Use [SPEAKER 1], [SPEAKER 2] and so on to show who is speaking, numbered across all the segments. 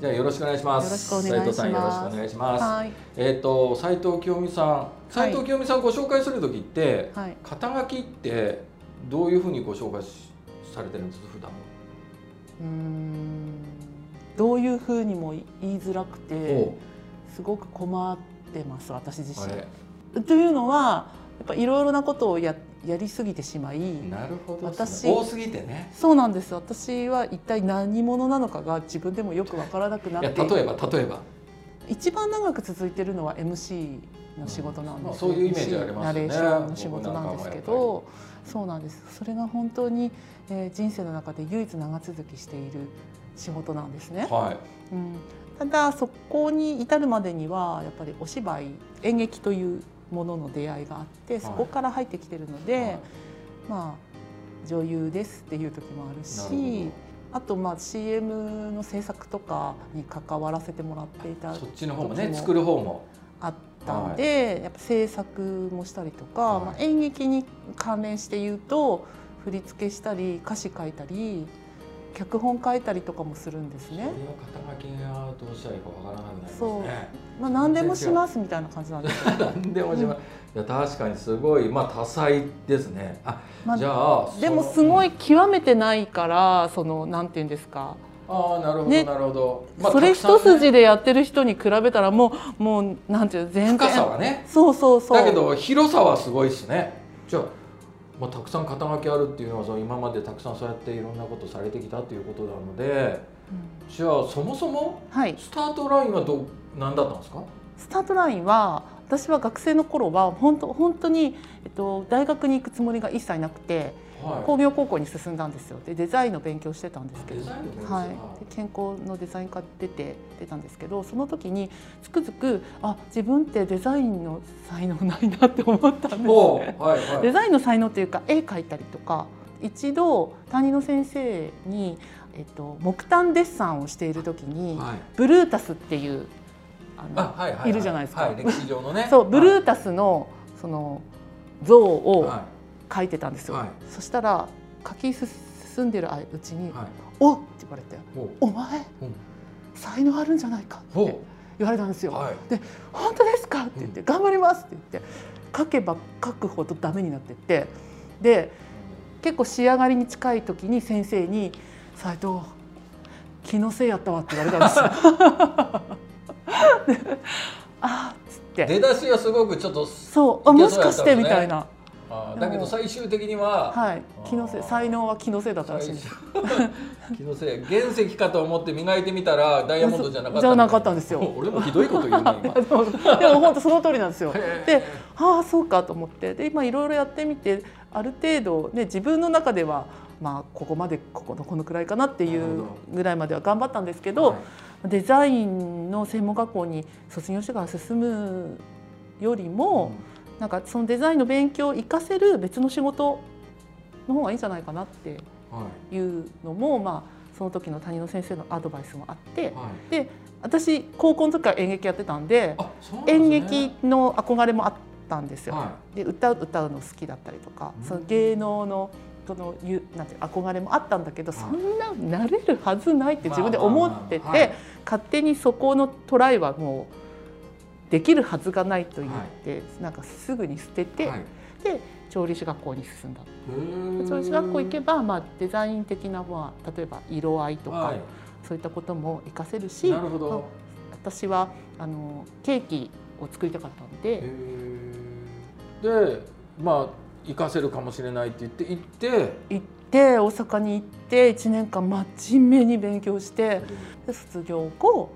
[SPEAKER 1] じゃあよろしくお願いします。
[SPEAKER 2] よろしくお願いしま
[SPEAKER 1] 斉藤
[SPEAKER 2] す
[SPEAKER 1] さんよろしくお願いします。
[SPEAKER 2] はい
[SPEAKER 1] えっ、と斉藤清美さん、斉藤清美さんご紹介するときって、
[SPEAKER 2] はい
[SPEAKER 1] 肩書きってどういうふうにご紹介しされてるんです普段は。
[SPEAKER 2] うーんどういうふうにも言いづらくて
[SPEAKER 1] お
[SPEAKER 2] すごく困ってます私自
[SPEAKER 1] あれ、
[SPEAKER 2] 身。というのはやっぱいろいろなことをややりすぎてしまい
[SPEAKER 1] なるほどっす
[SPEAKER 2] 私
[SPEAKER 1] ね。多すぎてね。
[SPEAKER 2] そうなんです私は一体何者なのかが自分でもよくわからなくない
[SPEAKER 1] や
[SPEAKER 2] って
[SPEAKER 1] 例えば例えば。
[SPEAKER 2] 一番長く続いてるのは MC の仕事なん
[SPEAKER 1] ま
[SPEAKER 2] で
[SPEAKER 1] あ
[SPEAKER 2] す、
[SPEAKER 1] そういうイメージありますよね
[SPEAKER 2] MC ナレーションの仕事なんです
[SPEAKER 1] 僕
[SPEAKER 2] け
[SPEAKER 1] なん
[SPEAKER 2] どそうなんですそれが本当に、えー人生の中で唯一長続きしている仕事なんですね、
[SPEAKER 1] はい。
[SPEAKER 2] うん、ただそこに至るまでにはやっぱりお芝居演劇というものの出会いがあってそこから入ってきてるので、
[SPEAKER 1] はい
[SPEAKER 2] まあ女優ですっていう時もある
[SPEAKER 1] な
[SPEAKER 2] し
[SPEAKER 1] る
[SPEAKER 2] あとまあ CM の制作とかに関わらせてもらってい
[SPEAKER 1] ほ
[SPEAKER 2] た
[SPEAKER 1] ど。そっちの方もね
[SPEAKER 2] 時も
[SPEAKER 1] 作る方も。
[SPEAKER 2] あったんで、やっぱ制作もしたりとか、
[SPEAKER 1] はい
[SPEAKER 2] まあ、演劇に関連して言うと振り付けしたり歌詞書いたり脚本書いたりとかもするんです
[SPEAKER 1] それは
[SPEAKER 2] ね。
[SPEAKER 1] 肩書きがどうしたらいいかわからなくなります
[SPEAKER 2] そう
[SPEAKER 1] ね。
[SPEAKER 2] まあ、何でもしますみたいな感じなんですよ。
[SPEAKER 1] なんでもします。いや確かにすごいまあ多彩ですね。あ、
[SPEAKER 2] まあ
[SPEAKER 1] じゃあ
[SPEAKER 2] でも
[SPEAKER 1] その
[SPEAKER 2] すごい極めてないからそのなんて言うんですか、
[SPEAKER 1] ああなるほど、
[SPEAKER 2] ね
[SPEAKER 1] なるほど。
[SPEAKER 2] それ
[SPEAKER 1] た
[SPEAKER 2] 一
[SPEAKER 1] くさんね
[SPEAKER 2] 筋でやってる人に比べたらもうもうなんていうの全
[SPEAKER 1] 深さ
[SPEAKER 2] 然
[SPEAKER 1] はね。
[SPEAKER 2] そうそうそう
[SPEAKER 1] だけど広さはすごいですね。じゃあ。まあ、たくさん肩書きあるっていうのはその今までたくさんそうやっていろんなことされてきたということなので
[SPEAKER 2] うん
[SPEAKER 1] じゃあそもそも
[SPEAKER 2] はい
[SPEAKER 1] スタートラインはどう何だったんですか
[SPEAKER 2] スタートラインは私は学生の頃は本当本当に、えっと、大学に行くつもりが一切なくて
[SPEAKER 1] は
[SPEAKER 2] 工業高校に進んだんですよでデザインの勉強してたんですけ
[SPEAKER 1] デ
[SPEAKER 2] ど
[SPEAKER 1] ザインの勉強
[SPEAKER 2] は
[SPEAKER 1] は
[SPEAKER 2] い
[SPEAKER 1] い、
[SPEAKER 2] で健康のデザイン科出て出たんですけどその時につくづくあ自分ってデザインの才能ないなって思ったんで
[SPEAKER 1] い。
[SPEAKER 2] す
[SPEAKER 1] おう
[SPEAKER 2] ね。
[SPEAKER 1] はいはい。
[SPEAKER 2] デザインの才能というか絵描いたりとか一度担任の先生に、えっと、木炭デッサンをしている時に、
[SPEAKER 1] はい。
[SPEAKER 2] ブルータスっていうあの
[SPEAKER 1] あはいはいはい。
[SPEAKER 2] いるじゃないですか。
[SPEAKER 1] はい、歴史上のね
[SPEAKER 2] そうブル
[SPEAKER 1] は
[SPEAKER 2] ータスのその像
[SPEAKER 1] い
[SPEAKER 2] を
[SPEAKER 1] は
[SPEAKER 2] 描いてたんです
[SPEAKER 1] い
[SPEAKER 2] よ、
[SPEAKER 1] はい
[SPEAKER 2] そしたら描き進んでるうちに「
[SPEAKER 1] はい。
[SPEAKER 2] おっ!」って言われて
[SPEAKER 1] おう
[SPEAKER 2] 「お前、
[SPEAKER 1] うん
[SPEAKER 2] 才能あるんじゃないか」って
[SPEAKER 1] ほ
[SPEAKER 2] 言われたんです
[SPEAKER 1] う
[SPEAKER 2] よ。
[SPEAKER 1] はい。
[SPEAKER 2] 本当ですか?」って言って「頑張ります」って言って描けば描くほどダメになってってで結構仕上がりに近い時に先生に「斉藤気のせいやったわ」って言われたんですよ。 であーっつって
[SPEAKER 1] 出だしはすごくちょっと
[SPEAKER 2] そうあ
[SPEAKER 1] いけ
[SPEAKER 2] も
[SPEAKER 1] そ
[SPEAKER 2] し
[SPEAKER 1] うや
[SPEAKER 2] か
[SPEAKER 1] った
[SPEAKER 2] し
[SPEAKER 1] んです
[SPEAKER 2] て
[SPEAKER 1] ね
[SPEAKER 2] みたいな。
[SPEAKER 1] あー
[SPEAKER 2] で
[SPEAKER 1] だ
[SPEAKER 2] も
[SPEAKER 1] けど最終的には、
[SPEAKER 2] はい、気のせ
[SPEAKER 1] あ
[SPEAKER 2] い
[SPEAKER 1] ー
[SPEAKER 2] 才能は気のせいだったらしいん
[SPEAKER 1] 最
[SPEAKER 2] です
[SPEAKER 1] 初 気のせい原石かと思って磨いてみたらダイヤモンドじゃなかった
[SPEAKER 2] じゃなかったんですよ
[SPEAKER 1] 俺もひどいこと言うね
[SPEAKER 2] い
[SPEAKER 1] 今
[SPEAKER 2] やでもでも本当その通りなんですよ。
[SPEAKER 1] へー
[SPEAKER 2] でああそうかと思ってで今いろいろやってみてある程度、ね、自分の中では、まあ、ここまでここのこのくらいかなってい
[SPEAKER 1] なる
[SPEAKER 2] う
[SPEAKER 1] ほ
[SPEAKER 2] ぐらいまでは頑張ったんですけど、
[SPEAKER 1] はい
[SPEAKER 2] デザインの専門学校に卒業してから進むよりも、なんかそのデザインの勉強を活かせる別の仕事の方がいいんじゃないかなって
[SPEAKER 1] は
[SPEAKER 2] いうのも、まあ、その時の谷野先生のアドバイスもあって
[SPEAKER 1] いはい
[SPEAKER 2] 私高校の時から演劇やってたんで
[SPEAKER 1] あそうなんですね
[SPEAKER 2] 演劇の憧れもあったんですよ。
[SPEAKER 1] は
[SPEAKER 2] で歌う歌うの好きだったりとか、
[SPEAKER 1] うん
[SPEAKER 2] その芸能のそのゆなんていう憧れもあったんだけど、
[SPEAKER 1] はい
[SPEAKER 2] そんななれるはずないって自分で思ってて、
[SPEAKER 1] まあまあまあはい
[SPEAKER 2] 勝手にそこのトライはもうできるはずがないと言って、なんかすぐに捨て
[SPEAKER 1] い
[SPEAKER 2] て、
[SPEAKER 1] はい
[SPEAKER 2] で調理師学校に進んだ
[SPEAKER 1] へー
[SPEAKER 2] 調理師学校行けば、まあ、デザイン的な、まあ、例えば色合いとか、
[SPEAKER 1] はい
[SPEAKER 2] そういったことも活かせるし
[SPEAKER 1] なるほど
[SPEAKER 2] 私はあのケーキを作りたかったので。
[SPEAKER 1] へーでまあ行かせるかもしれないって言って行って
[SPEAKER 2] 行って大阪に行って1年間真面目に勉強してで卒業後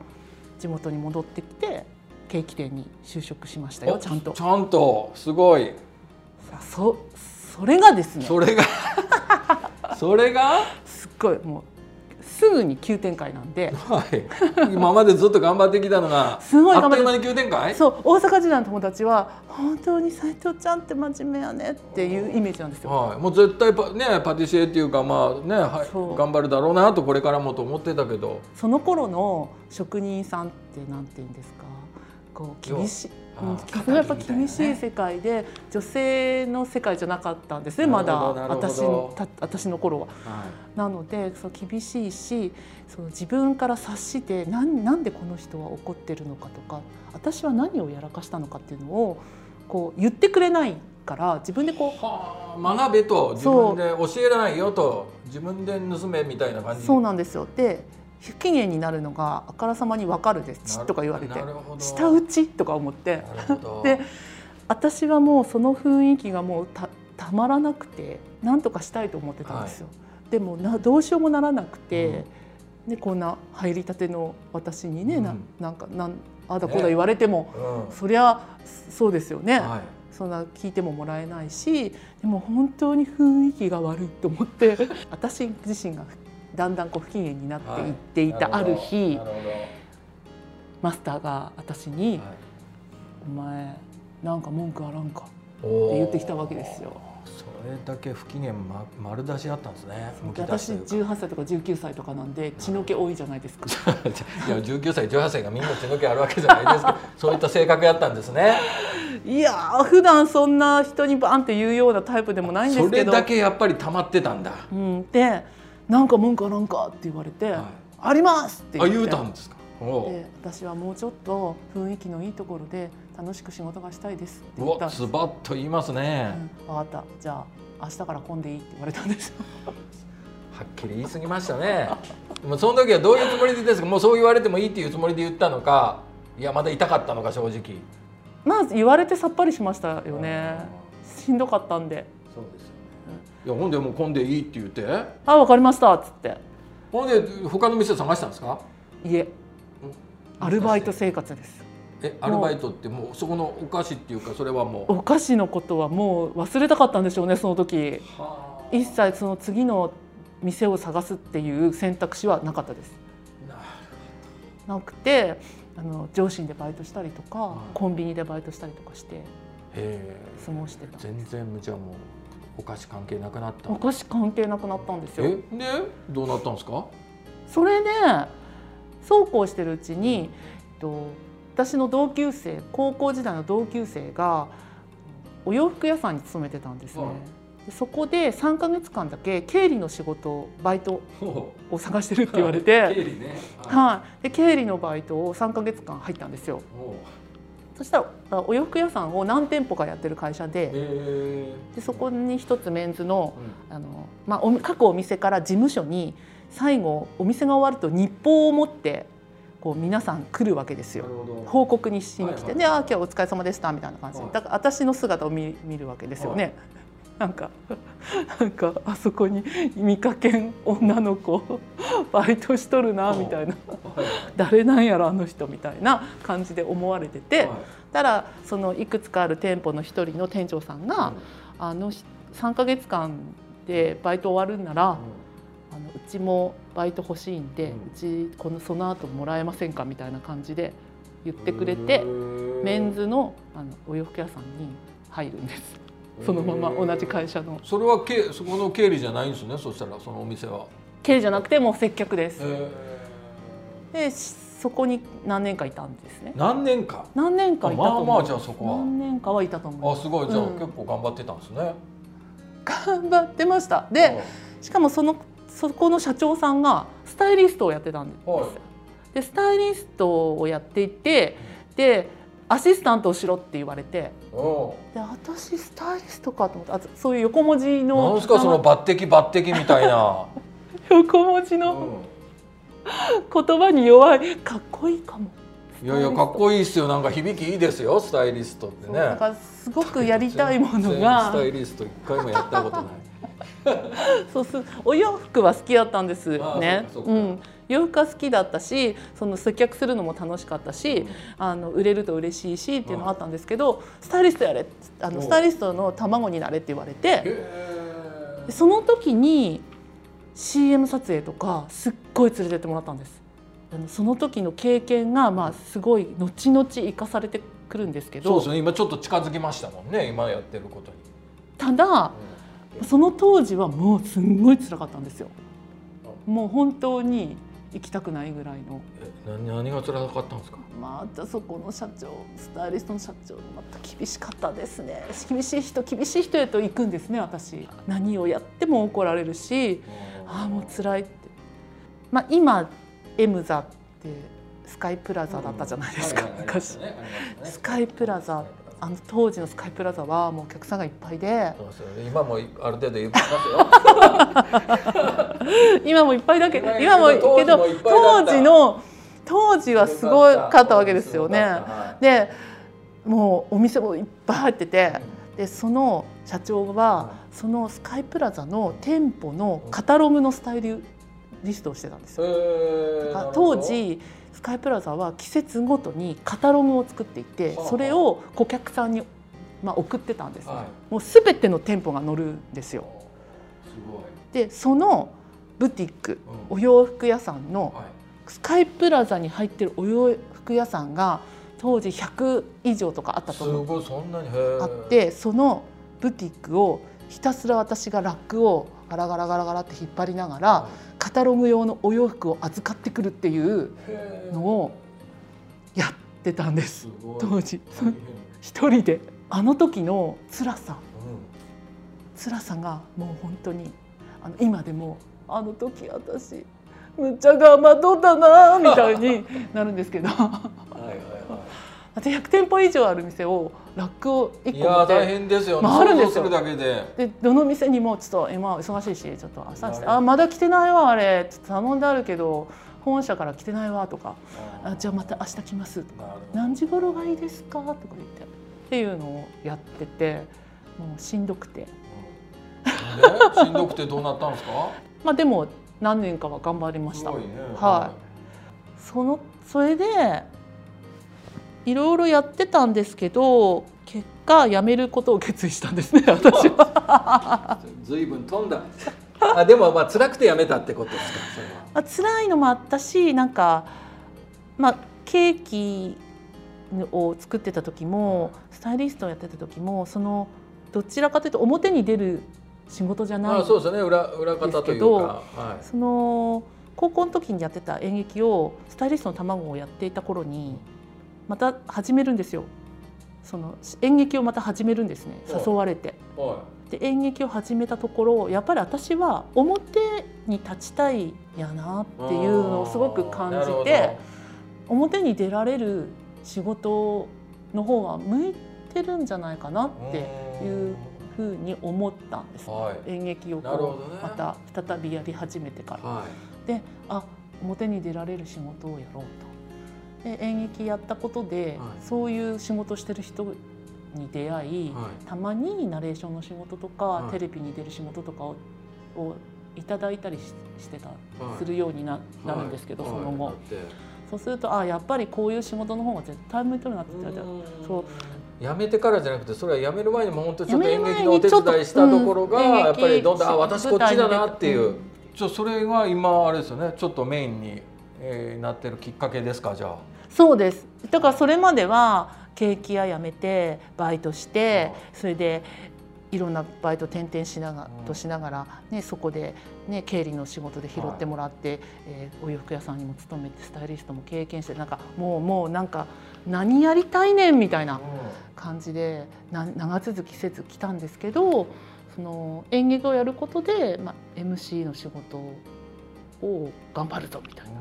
[SPEAKER 2] 地元に戻ってきてケーキ店に就職しましたよ
[SPEAKER 1] お
[SPEAKER 2] ちゃんと
[SPEAKER 1] ちゃんとすごい
[SPEAKER 2] さそそれがですね
[SPEAKER 1] そ れがそれが
[SPEAKER 2] すっごいもうすぐに急展開なんで
[SPEAKER 1] はい、今までずっと頑張ってきたのが
[SPEAKER 2] すごい
[SPEAKER 1] あ
[SPEAKER 2] 頑張
[SPEAKER 1] っ
[SPEAKER 2] っ
[SPEAKER 1] という間
[SPEAKER 2] て
[SPEAKER 1] に急展開
[SPEAKER 2] そう大阪時代の友達は本当に斉藤ちゃんって真面目やねっていうイメージなんですよ。
[SPEAKER 1] はい、もう絶対パ,、ね、パティシエっていうか、まあねは
[SPEAKER 2] そう
[SPEAKER 1] い、頑張るだろうなとこれからもと思ってたけど
[SPEAKER 2] その頃の職人さんってなんて言うんですかこう厳しい
[SPEAKER 1] あ
[SPEAKER 2] うん
[SPEAKER 1] ー
[SPEAKER 2] それはやっぱ厳しい
[SPEAKER 1] ね
[SPEAKER 2] 世界で女性の世界じゃなかったんですね
[SPEAKER 1] な
[SPEAKER 2] ま
[SPEAKER 1] る
[SPEAKER 2] だ
[SPEAKER 1] ほどなるほど
[SPEAKER 2] 私のた私の頃は。
[SPEAKER 1] はい
[SPEAKER 2] なのでそう厳しいしそう自分から察してなんなんでこの人は怒ってるのかとか私は何をやらかしたのかっていうのをこう言ってくれないから自分でこう
[SPEAKER 1] はあ学べと自
[SPEAKER 2] そう
[SPEAKER 1] 分で教えないよと自分で盗めみたいな感じ
[SPEAKER 2] そうなんですよで不機嫌になるのがあからさまに分かるですちっとか言われて
[SPEAKER 1] なるほど
[SPEAKER 2] 舌打ちとか思って
[SPEAKER 1] なるほど
[SPEAKER 2] で私はもうその雰囲気がもうたたまらなくて何とかしたいと思ってたんですよ、でもなどうしようもならなくて、でこんな入りたての私にね、な
[SPEAKER 1] うん
[SPEAKER 2] なんかなんああだこうだ言われても、
[SPEAKER 1] うん
[SPEAKER 2] そりゃそうですよね、
[SPEAKER 1] はい
[SPEAKER 2] そんな聞いてももらえないしでも本当に雰囲気が悪いと思って 私自身がだんだんこう不機嫌になっていっていた、
[SPEAKER 1] な
[SPEAKER 2] あ
[SPEAKER 1] ほど
[SPEAKER 2] る日
[SPEAKER 1] なるほど
[SPEAKER 2] マスターが私に
[SPEAKER 1] はい
[SPEAKER 2] 「お前なんか文句あらんか」
[SPEAKER 1] って
[SPEAKER 2] 言ってきたわけですよ
[SPEAKER 1] それだけ不機嫌ま丸出しあったんですねむき出し
[SPEAKER 2] 私
[SPEAKER 1] というか
[SPEAKER 2] 18歳とか19歳とかなんで血の気多いじゃないですか
[SPEAKER 1] いや19歳18歳がみんな血の気あるわけじゃないですけ どそういった性格やったんですね
[SPEAKER 2] いやー普段そんな人にバンって言うようなタイプでもないんで
[SPEAKER 1] そ
[SPEAKER 2] すけ
[SPEAKER 1] れ
[SPEAKER 2] ど
[SPEAKER 1] だけやっぱり溜まってたんだ、
[SPEAKER 2] うん、で「なんか文句あらんか」って言われて「
[SPEAKER 1] は
[SPEAKER 2] あります!」って
[SPEAKER 1] い、
[SPEAKER 2] 言
[SPEAKER 1] あ
[SPEAKER 2] って
[SPEAKER 1] 言うたんですかおう
[SPEAKER 2] で私はもうちょっと雰囲気のいいところで楽しく仕事がしたいですって
[SPEAKER 1] う
[SPEAKER 2] 言った
[SPEAKER 1] わ
[SPEAKER 2] んです
[SPEAKER 1] ズバッと言いますね、
[SPEAKER 2] うん、分かったじゃあ明日から混んでいいって言われたんですよ
[SPEAKER 1] はっきり言い過ぎましたねもうその時はどういうつもりでですかもうそう言われてもいいっていうつもりで言ったのかいやまだ痛かったのか正直
[SPEAKER 2] まあ言われてさっぱりしましたよねしんどかったんで
[SPEAKER 1] そうですよねいやほんでもう混んでいいって言って
[SPEAKER 2] 「あ分かりました」っつって
[SPEAKER 1] ほんで他の店探したんですか
[SPEAKER 2] いえアルバイト生活です
[SPEAKER 1] えアルバイトってもうそこのお菓子っていうかそれはもう
[SPEAKER 2] お菓子のことはもう忘れたかったんでしょうねその時
[SPEAKER 1] はあ
[SPEAKER 2] 一切その次の店を探すっていう選択肢はなかったです
[SPEAKER 1] なる
[SPEAKER 2] なくてあの上司でバイトしたりとか、
[SPEAKER 1] はい
[SPEAKER 2] コンビニでバイトしたりとかして
[SPEAKER 1] へ
[SPEAKER 2] 過ごして
[SPEAKER 1] え
[SPEAKER 2] た
[SPEAKER 1] 全然じゃあもうお菓子関係なくなった
[SPEAKER 2] お菓子関係なくなったんです
[SPEAKER 1] え
[SPEAKER 2] よ
[SPEAKER 1] でどうなったんです か
[SPEAKER 2] それでそうこうしてるうちに、えっと、私の同級生高校時代の同級生がお洋服屋さんに勤めてたんですね、
[SPEAKER 1] はい
[SPEAKER 2] でそこで3か月間だけ経理の仕事をバイトを探してるって言われて、
[SPEAKER 1] 理ね
[SPEAKER 2] はい、で経理のバイトを3か月間入ったんですよそしたらお洋服屋さんを何店舗かやってる会社で
[SPEAKER 1] え
[SPEAKER 2] でそこに一つメンズのあの、まあ、お各お店から事務所に最後お店が終わると日報を持ってこう皆さん来るわけです
[SPEAKER 1] なる
[SPEAKER 2] よ。
[SPEAKER 1] ほど
[SPEAKER 2] 報告にしに来て、
[SPEAKER 1] はいはい
[SPEAKER 2] で「ああ今日お疲れ様でした」みたいな感じで
[SPEAKER 1] はい
[SPEAKER 2] だから私の姿を見見るわけですよね。なんか なんかあそこに見かけん女の子 バイトしとるなみたいな
[SPEAKER 1] はいは
[SPEAKER 2] 誰なんやろあの人みたいな感じで思われてて、
[SPEAKER 1] いはい
[SPEAKER 2] たらそのいくつかある店舗の一人の店長さんが「あのひ3ヶ月間でバイト終わるんなら、あのうちもバイト欲しいんで、う
[SPEAKER 1] うん
[SPEAKER 2] ちこのその後もらえませんか?」みたいな感じで言っ
[SPEAKER 1] うん
[SPEAKER 2] てくれて
[SPEAKER 1] へー
[SPEAKER 2] メンズのあのお洋服屋さんに入るんですそのまま同じ会社の
[SPEAKER 1] それはけそこの経理じゃないんですねそしたらそのお店は
[SPEAKER 2] 経理じゃなくてもう接客です
[SPEAKER 1] え
[SPEAKER 2] でしそこに何年かいたんですね
[SPEAKER 1] 何年か
[SPEAKER 2] 何年
[SPEAKER 1] ま
[SPEAKER 2] か
[SPEAKER 1] あ
[SPEAKER 2] いたと思う
[SPEAKER 1] まあじゃあそこは
[SPEAKER 2] 何年かはいたと思
[SPEAKER 1] あ
[SPEAKER 2] う
[SPEAKER 1] すごいじゃあ、
[SPEAKER 2] うん
[SPEAKER 1] 結構頑張ってたんですね。
[SPEAKER 2] 頑張ってましたで、しかもそのそこの社長さんがスタイリストをやってたんです、
[SPEAKER 1] はい
[SPEAKER 2] でスタイリストをやっていてでアシスタントをしろって言われて
[SPEAKER 1] うんうん
[SPEAKER 2] で私スタイリストかと思ってあそういう横文字
[SPEAKER 1] なん
[SPEAKER 2] の
[SPEAKER 1] ですかその抜擢抜擢みたいな。
[SPEAKER 2] 横文字
[SPEAKER 1] う
[SPEAKER 2] の
[SPEAKER 1] ん
[SPEAKER 2] 言葉に弱いかっこいいかも、
[SPEAKER 1] いやいやかっこいいですよなんか響きいいですよスタイリストって
[SPEAKER 2] そう
[SPEAKER 1] ね。
[SPEAKER 2] だからすごくやりたいもの
[SPEAKER 1] 全然
[SPEAKER 2] が
[SPEAKER 1] スタイリスト一回もやったことない。
[SPEAKER 2] そうすお洋服は好きだったんです
[SPEAKER 1] ああ
[SPEAKER 2] ね。
[SPEAKER 1] そううかそうか
[SPEAKER 2] ん、洋服は好きだったし、その接客するのも楽しかったし、あの売れると嬉しいしっていうのがあったんですけど、スタイリストやれ、あ
[SPEAKER 1] お
[SPEAKER 2] の
[SPEAKER 1] う
[SPEAKER 2] スタイリストの卵になれって言われて、
[SPEAKER 1] へ
[SPEAKER 2] でその時に CM 撮影とかすっごい連れてってもらったんです。あのその時の経験がまあすごい後々生かされてくるんですけ
[SPEAKER 1] ーそう
[SPEAKER 2] ど
[SPEAKER 1] です、ね今ちょっと近づきましたもんね今やってることに。
[SPEAKER 2] ただその当時はもうすんごい辛かったんですよ。もう本当に行きたくないぐらいの
[SPEAKER 1] えな何が辛かったんですか
[SPEAKER 2] またそこの社長スタイリストの社長がまた厳しかったですね厳しい人厳しい人へと行くんですね私何をやっても怒られるしああもう辛いって、まあ、今エムザってスカイプラザだったじゃないですか、
[SPEAKER 1] うんはいはいありま
[SPEAKER 2] 昔
[SPEAKER 1] したねありましたね
[SPEAKER 2] スカイプラザあの当時のスカイプラザはもうお客さんがいっぱ いで
[SPEAKER 1] そうですよね今もある程度言ってますよ
[SPEAKER 2] 今もいっぱいだけど 今
[SPEAKER 1] 今
[SPEAKER 2] も
[SPEAKER 1] も
[SPEAKER 2] い
[SPEAKER 1] い
[SPEAKER 2] い
[SPEAKER 1] っ
[SPEAKER 2] け
[SPEAKER 1] ぱいだ
[SPEAKER 2] ど
[SPEAKER 1] けど
[SPEAKER 2] 当時の当時はすごかったわけですよね。
[SPEAKER 1] は
[SPEAKER 2] でもうお店もいっぱい入っててでその社長はそのスカイプラザの店舗のカタログのスタイリストをしてたんです
[SPEAKER 1] い
[SPEAKER 2] よ。
[SPEAKER 1] へーなるほど
[SPEAKER 2] 当時スカイプラザは季節ごとにカタログを作っていて
[SPEAKER 1] はあ
[SPEAKER 2] それを顧客さんに、まあ、送ってたんですね、
[SPEAKER 1] はい
[SPEAKER 2] もう全ての店舗が載るんですよ。
[SPEAKER 1] すごい
[SPEAKER 2] でそのブティック
[SPEAKER 1] うん
[SPEAKER 2] お洋服屋さんの
[SPEAKER 1] はい
[SPEAKER 2] スカイプラザに入ってるお洋服屋さんが当時100以上とかあった
[SPEAKER 1] す
[SPEAKER 2] と思う
[SPEAKER 1] ごいそんなにへー
[SPEAKER 2] あってそのブティックをひたすら私がラックをガラガラガラガラって引っ張りながらカタログ用のお洋服を預かってくるっていう
[SPEAKER 1] へー
[SPEAKER 2] のをやってたんです
[SPEAKER 1] すごい
[SPEAKER 2] 当時
[SPEAKER 1] 大変
[SPEAKER 2] 一人であの時の辛さ
[SPEAKER 1] うん
[SPEAKER 2] 辛さがもう本当にあの今でもあの時私むっちゃ頑張っとったなみたいになるんですけ どだ
[SPEAKER 1] はいはいは
[SPEAKER 2] って100店舗以上ある店をラックを
[SPEAKER 1] い。
[SPEAKER 2] 1
[SPEAKER 1] い
[SPEAKER 2] 個
[SPEAKER 1] や
[SPEAKER 2] 持っ
[SPEAKER 1] ー大
[SPEAKER 2] て
[SPEAKER 1] 変ですよ。
[SPEAKER 2] 回るんですよ
[SPEAKER 1] 想像るだけで。
[SPEAKER 2] でどの店にもちょっと今は忙しいしちょっと朝し
[SPEAKER 1] なるほ
[SPEAKER 2] て「
[SPEAKER 1] ど
[SPEAKER 2] あまだ来てないわあれ」ちょっと頼んであるけど本社から来てないわとか「あじゃあまた明日来ます」とか
[SPEAKER 1] なるほど
[SPEAKER 2] 何時頃がいいですか?」とか言ってっていうのをやっててもうしんどくて
[SPEAKER 1] うんでしんどくてどうなったんですか。
[SPEAKER 2] まあでも何年かは頑張りまし
[SPEAKER 1] す
[SPEAKER 2] た
[SPEAKER 1] ごいね。
[SPEAKER 2] はそのそれでいろいろやってたんですけど結果辞めることを決意したんです ね私は
[SPEAKER 1] い。ずいぶん飛んだ。あでもまあ辛くてやめたってことですか。それは
[SPEAKER 2] まあ辛いのもあったしなんかまあケーキを作ってた時もスタイリストをやってた時もそのどちらかというと表に出る仕事じゃない
[SPEAKER 1] まあそうですね裏裏方というか。は
[SPEAKER 2] その高校の時にやってた演劇をスタイリストの卵をやっていた頃にまた始めるんですよその演劇をまた始めるんですね
[SPEAKER 1] はい
[SPEAKER 2] 誘われて。
[SPEAKER 1] い。は
[SPEAKER 2] で演劇を始めたところやっぱり私は表に立ちたいやなっていうのをすごく感じて。表に出られる仕事の方が向いてるんじゃないかな
[SPEAKER 1] あー
[SPEAKER 2] っていうふうに思ったんです、
[SPEAKER 1] はい
[SPEAKER 2] 演劇を
[SPEAKER 1] なるほ
[SPEAKER 2] こ
[SPEAKER 1] どね
[SPEAKER 2] うまた再びやり始めてから。
[SPEAKER 1] はい。
[SPEAKER 2] であ表に出られる仕事をやろうとで演劇やったことで、
[SPEAKER 1] はい
[SPEAKER 2] そういう仕事してる人に出会い、
[SPEAKER 1] はい
[SPEAKER 2] たまにナレーションの仕事とか、
[SPEAKER 1] はい
[SPEAKER 2] テレビに出る仕事とかををいただいたりししてた、
[SPEAKER 1] はい
[SPEAKER 2] するようにななるんですけど、
[SPEAKER 1] はい
[SPEAKER 2] その後、
[SPEAKER 1] はいだって
[SPEAKER 2] そうするとあやっぱりこういう仕事の方が絶対向いてるなって言ってそう
[SPEAKER 1] やめてからじゃなくてそれはやめる前にも本当にちょっと
[SPEAKER 2] や
[SPEAKER 1] 演
[SPEAKER 2] める前
[SPEAKER 1] 劇
[SPEAKER 2] に
[SPEAKER 1] のお手伝いしたところが
[SPEAKER 2] ちょっとうん
[SPEAKER 1] やっぱりどんどん
[SPEAKER 2] 演劇
[SPEAKER 1] あ私こっちだなっていううんちょそれが今あれですよねちょっとメインに、えーなってるきっかけですかじゃあ
[SPEAKER 2] そうですだからそれまではケーキ屋辞めてバイトして
[SPEAKER 1] あ
[SPEAKER 2] それでいろんなバイト転々しなが
[SPEAKER 1] うん
[SPEAKER 2] としながら、ね、そこで、ね、経理の仕事で拾ってもらって、えーお洋服屋さんにも勤めてスタイリストも経験してなんかもうもうなんか何やりたいねんみたいな感じでな長続きせず来たんですけどその演劇をやることで、まあ、MC の仕事を頑張るぞみたいな
[SPEAKER 1] うん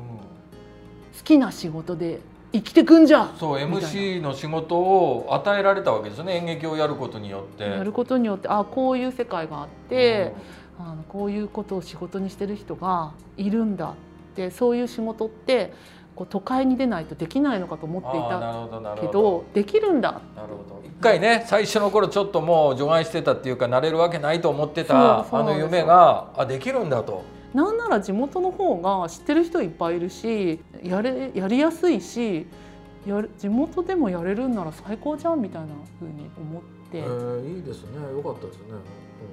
[SPEAKER 2] 好きな仕事で生きてくんじゃ
[SPEAKER 1] そう
[SPEAKER 2] みたいな
[SPEAKER 1] MC の仕事を与えられたわけですよね演劇をやることによって。
[SPEAKER 2] やることによってあこういう世界があって、あのこういうことを仕事にしてる人がいるんだってそういう仕事ってこう都会に出ないとできないのかと思
[SPEAKER 1] う
[SPEAKER 2] っ
[SPEAKER 1] ん
[SPEAKER 2] てい
[SPEAKER 1] あーな
[SPEAKER 2] た
[SPEAKER 1] るほどなる
[SPEAKER 2] け
[SPEAKER 1] ほど
[SPEAKER 2] どできるんだ
[SPEAKER 1] なるほど一回ね最初の頃ちょっともう除外してたっていうかなれるわけないと思ってたあ
[SPEAKER 2] そうそうなん
[SPEAKER 1] の
[SPEAKER 2] ですよ
[SPEAKER 1] 夢があできるんだと。
[SPEAKER 2] なんなら地元の方が知ってる人いっぱいいるしやれやりやすいしやる地元でもやれるんなら最高じゃんみたいな風に思って
[SPEAKER 1] えーいいですね良かったですね。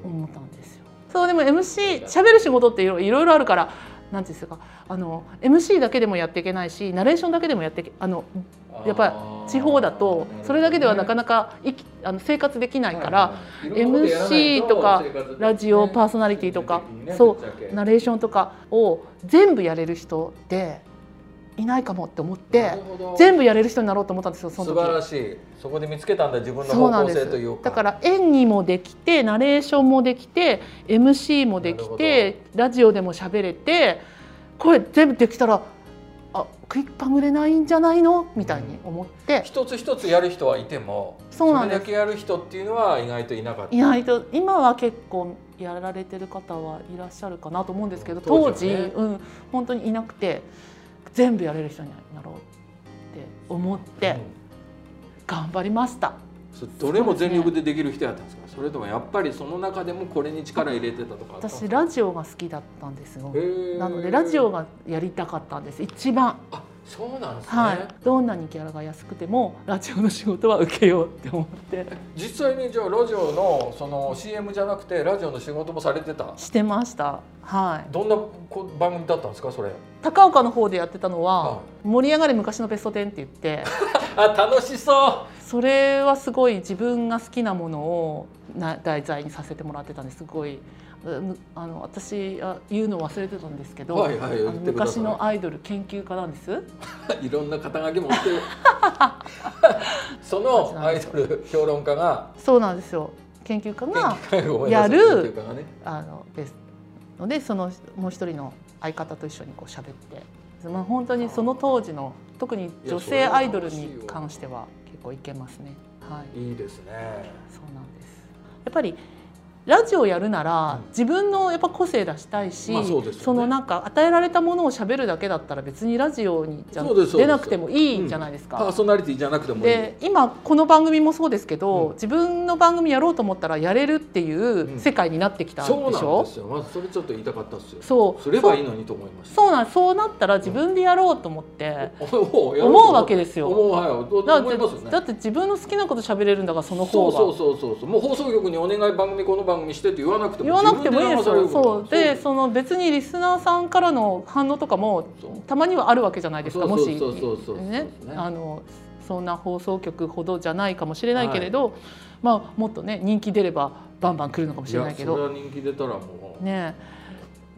[SPEAKER 1] うん
[SPEAKER 2] 思ったんですよ。そうでも MC 喋る仕事っていろいろいろあるからなんていうんですかあの MC だけでもやっていけないしナレーションだけでもやっていけあのやっぱり地方だとそれだけではなかなか生きあの生活できないから、
[SPEAKER 1] はいはいはい
[SPEAKER 2] MC とかラジオパーソナリティとかそうナレーションとかを全部やれる人っていないかもって思って全
[SPEAKER 1] 部
[SPEAKER 2] 部やれる人になろうと思ったんですよその
[SPEAKER 1] 素
[SPEAKER 2] 時
[SPEAKER 1] 晴らしいそこで見つけたんだ自分の
[SPEAKER 2] そうな
[SPEAKER 1] 方
[SPEAKER 2] ん
[SPEAKER 1] 向
[SPEAKER 2] です
[SPEAKER 1] 性というか
[SPEAKER 2] だから演技もできてナレーションもできて MC もでき
[SPEAKER 1] なる
[SPEAKER 2] てラジオでも喋れてこれ全部できたらあ食いっぱぐれないんじゃないのみたいに思って、
[SPEAKER 1] 一つ一つやる人はいても
[SPEAKER 2] そうなんです
[SPEAKER 1] れだけやる人っていうのは意外といなかった
[SPEAKER 2] いないと今は結構やられてる方はいらっしゃるかなと思うんですけど
[SPEAKER 1] 当
[SPEAKER 2] 当
[SPEAKER 1] 時
[SPEAKER 2] 時
[SPEAKER 1] はね
[SPEAKER 2] うん、本当にいなくて全部やれる人になろうって思って頑張りました。
[SPEAKER 1] うんそどれも全力でできる人やったんですかそれともやっぱりその中でもこれに力入れてたとかあったんです
[SPEAKER 2] 私
[SPEAKER 1] か
[SPEAKER 2] ラジオが好きだったんですよ
[SPEAKER 1] へー
[SPEAKER 2] なのでラジオがやりたかったんです一番
[SPEAKER 1] あそうなんですね、
[SPEAKER 2] はい、どんなにギャラが安くてもラジオの仕事は受けようって思って
[SPEAKER 1] 実際にじゃあラジオのその CM じゃなくてラジオの仕事もされてた
[SPEAKER 2] してました、はい、
[SPEAKER 1] どんなこ番組だったんですかそれ
[SPEAKER 2] 高岡の方でやってたのは
[SPEAKER 1] は
[SPEAKER 2] 「盛り上がれ昔のベスト10」って言って
[SPEAKER 1] あ楽しそ
[SPEAKER 2] それはすごい自分が好きなものをな題材にさせてもらってたんですすごいうんあの私あ言うの忘れてたんですけど、
[SPEAKER 1] はいはい
[SPEAKER 2] あ
[SPEAKER 1] 言
[SPEAKER 2] の
[SPEAKER 1] ってくださ
[SPEAKER 2] 昔
[SPEAKER 1] い
[SPEAKER 2] のアイドル研究家なんです。
[SPEAKER 1] う いろんな肩書き持ってるそのアイドル評論家が
[SPEAKER 2] そうなんですよ研究家が
[SPEAKER 1] 研究会ごめんなさい
[SPEAKER 2] やる
[SPEAKER 1] 研究家がね
[SPEAKER 2] あのですのでそのもう一人の相方と一緒にこう喋って、まあ、本当にその当時の特に女
[SPEAKER 1] い
[SPEAKER 2] 性
[SPEAKER 1] やそれは
[SPEAKER 2] アイドルに関しては結構いけますね。はい、
[SPEAKER 1] いいですね
[SPEAKER 2] そうなんですやっぱりラジオやるなら
[SPEAKER 1] うん
[SPEAKER 2] 自分のやっぱ個性出したいし、
[SPEAKER 1] まあそうですよね
[SPEAKER 2] のなんか与えられたものを喋るだけだったら別にラジオにじゃ
[SPEAKER 1] そうですそうです
[SPEAKER 2] 出なくてもいいじゃないですか。
[SPEAKER 1] パーソナリティじゃなくてもいい
[SPEAKER 2] で今この番組もそうですけど、
[SPEAKER 1] うん
[SPEAKER 2] 自分の番組やろうと思ったらやれるっていう世界になってきたでし
[SPEAKER 1] そうなん
[SPEAKER 2] ょ
[SPEAKER 1] で、すよまずそれちょっと言いたかったっすよ
[SPEAKER 2] そう
[SPEAKER 1] すればいいのにと思いました
[SPEAKER 2] そうなんそうなったら自分でやろうと思って、
[SPEAKER 1] 思う
[SPEAKER 2] 思うわけですよ
[SPEAKER 1] 思うはいどう
[SPEAKER 2] だっ
[SPEAKER 1] 思
[SPEAKER 2] て
[SPEAKER 1] いますよね
[SPEAKER 2] だって自分の好きなこと喋れるんだからその
[SPEAKER 1] そ
[SPEAKER 2] 方
[SPEAKER 1] う
[SPEAKER 2] が
[SPEAKER 1] そうそうそうそうもう放送局にお願い番組この番組してって言わなくても
[SPEAKER 2] 言わなくてもいいですよ
[SPEAKER 1] 自分
[SPEAKER 2] そう
[SPEAKER 1] 流される
[SPEAKER 2] でその別にリスナーさんからの反応とかも
[SPEAKER 1] そう
[SPEAKER 2] たまにはあるわけじゃないですか
[SPEAKER 1] そう
[SPEAKER 2] もし
[SPEAKER 1] そうそうそうそう
[SPEAKER 2] ね
[SPEAKER 1] そうですね
[SPEAKER 2] あのそんな放送局ほどじゃないかもしれないけれど、まあもっとね人気出ればバンバン来るのかもしれないけ
[SPEAKER 1] や
[SPEAKER 2] ど
[SPEAKER 1] それは人気出たらもう、
[SPEAKER 2] ね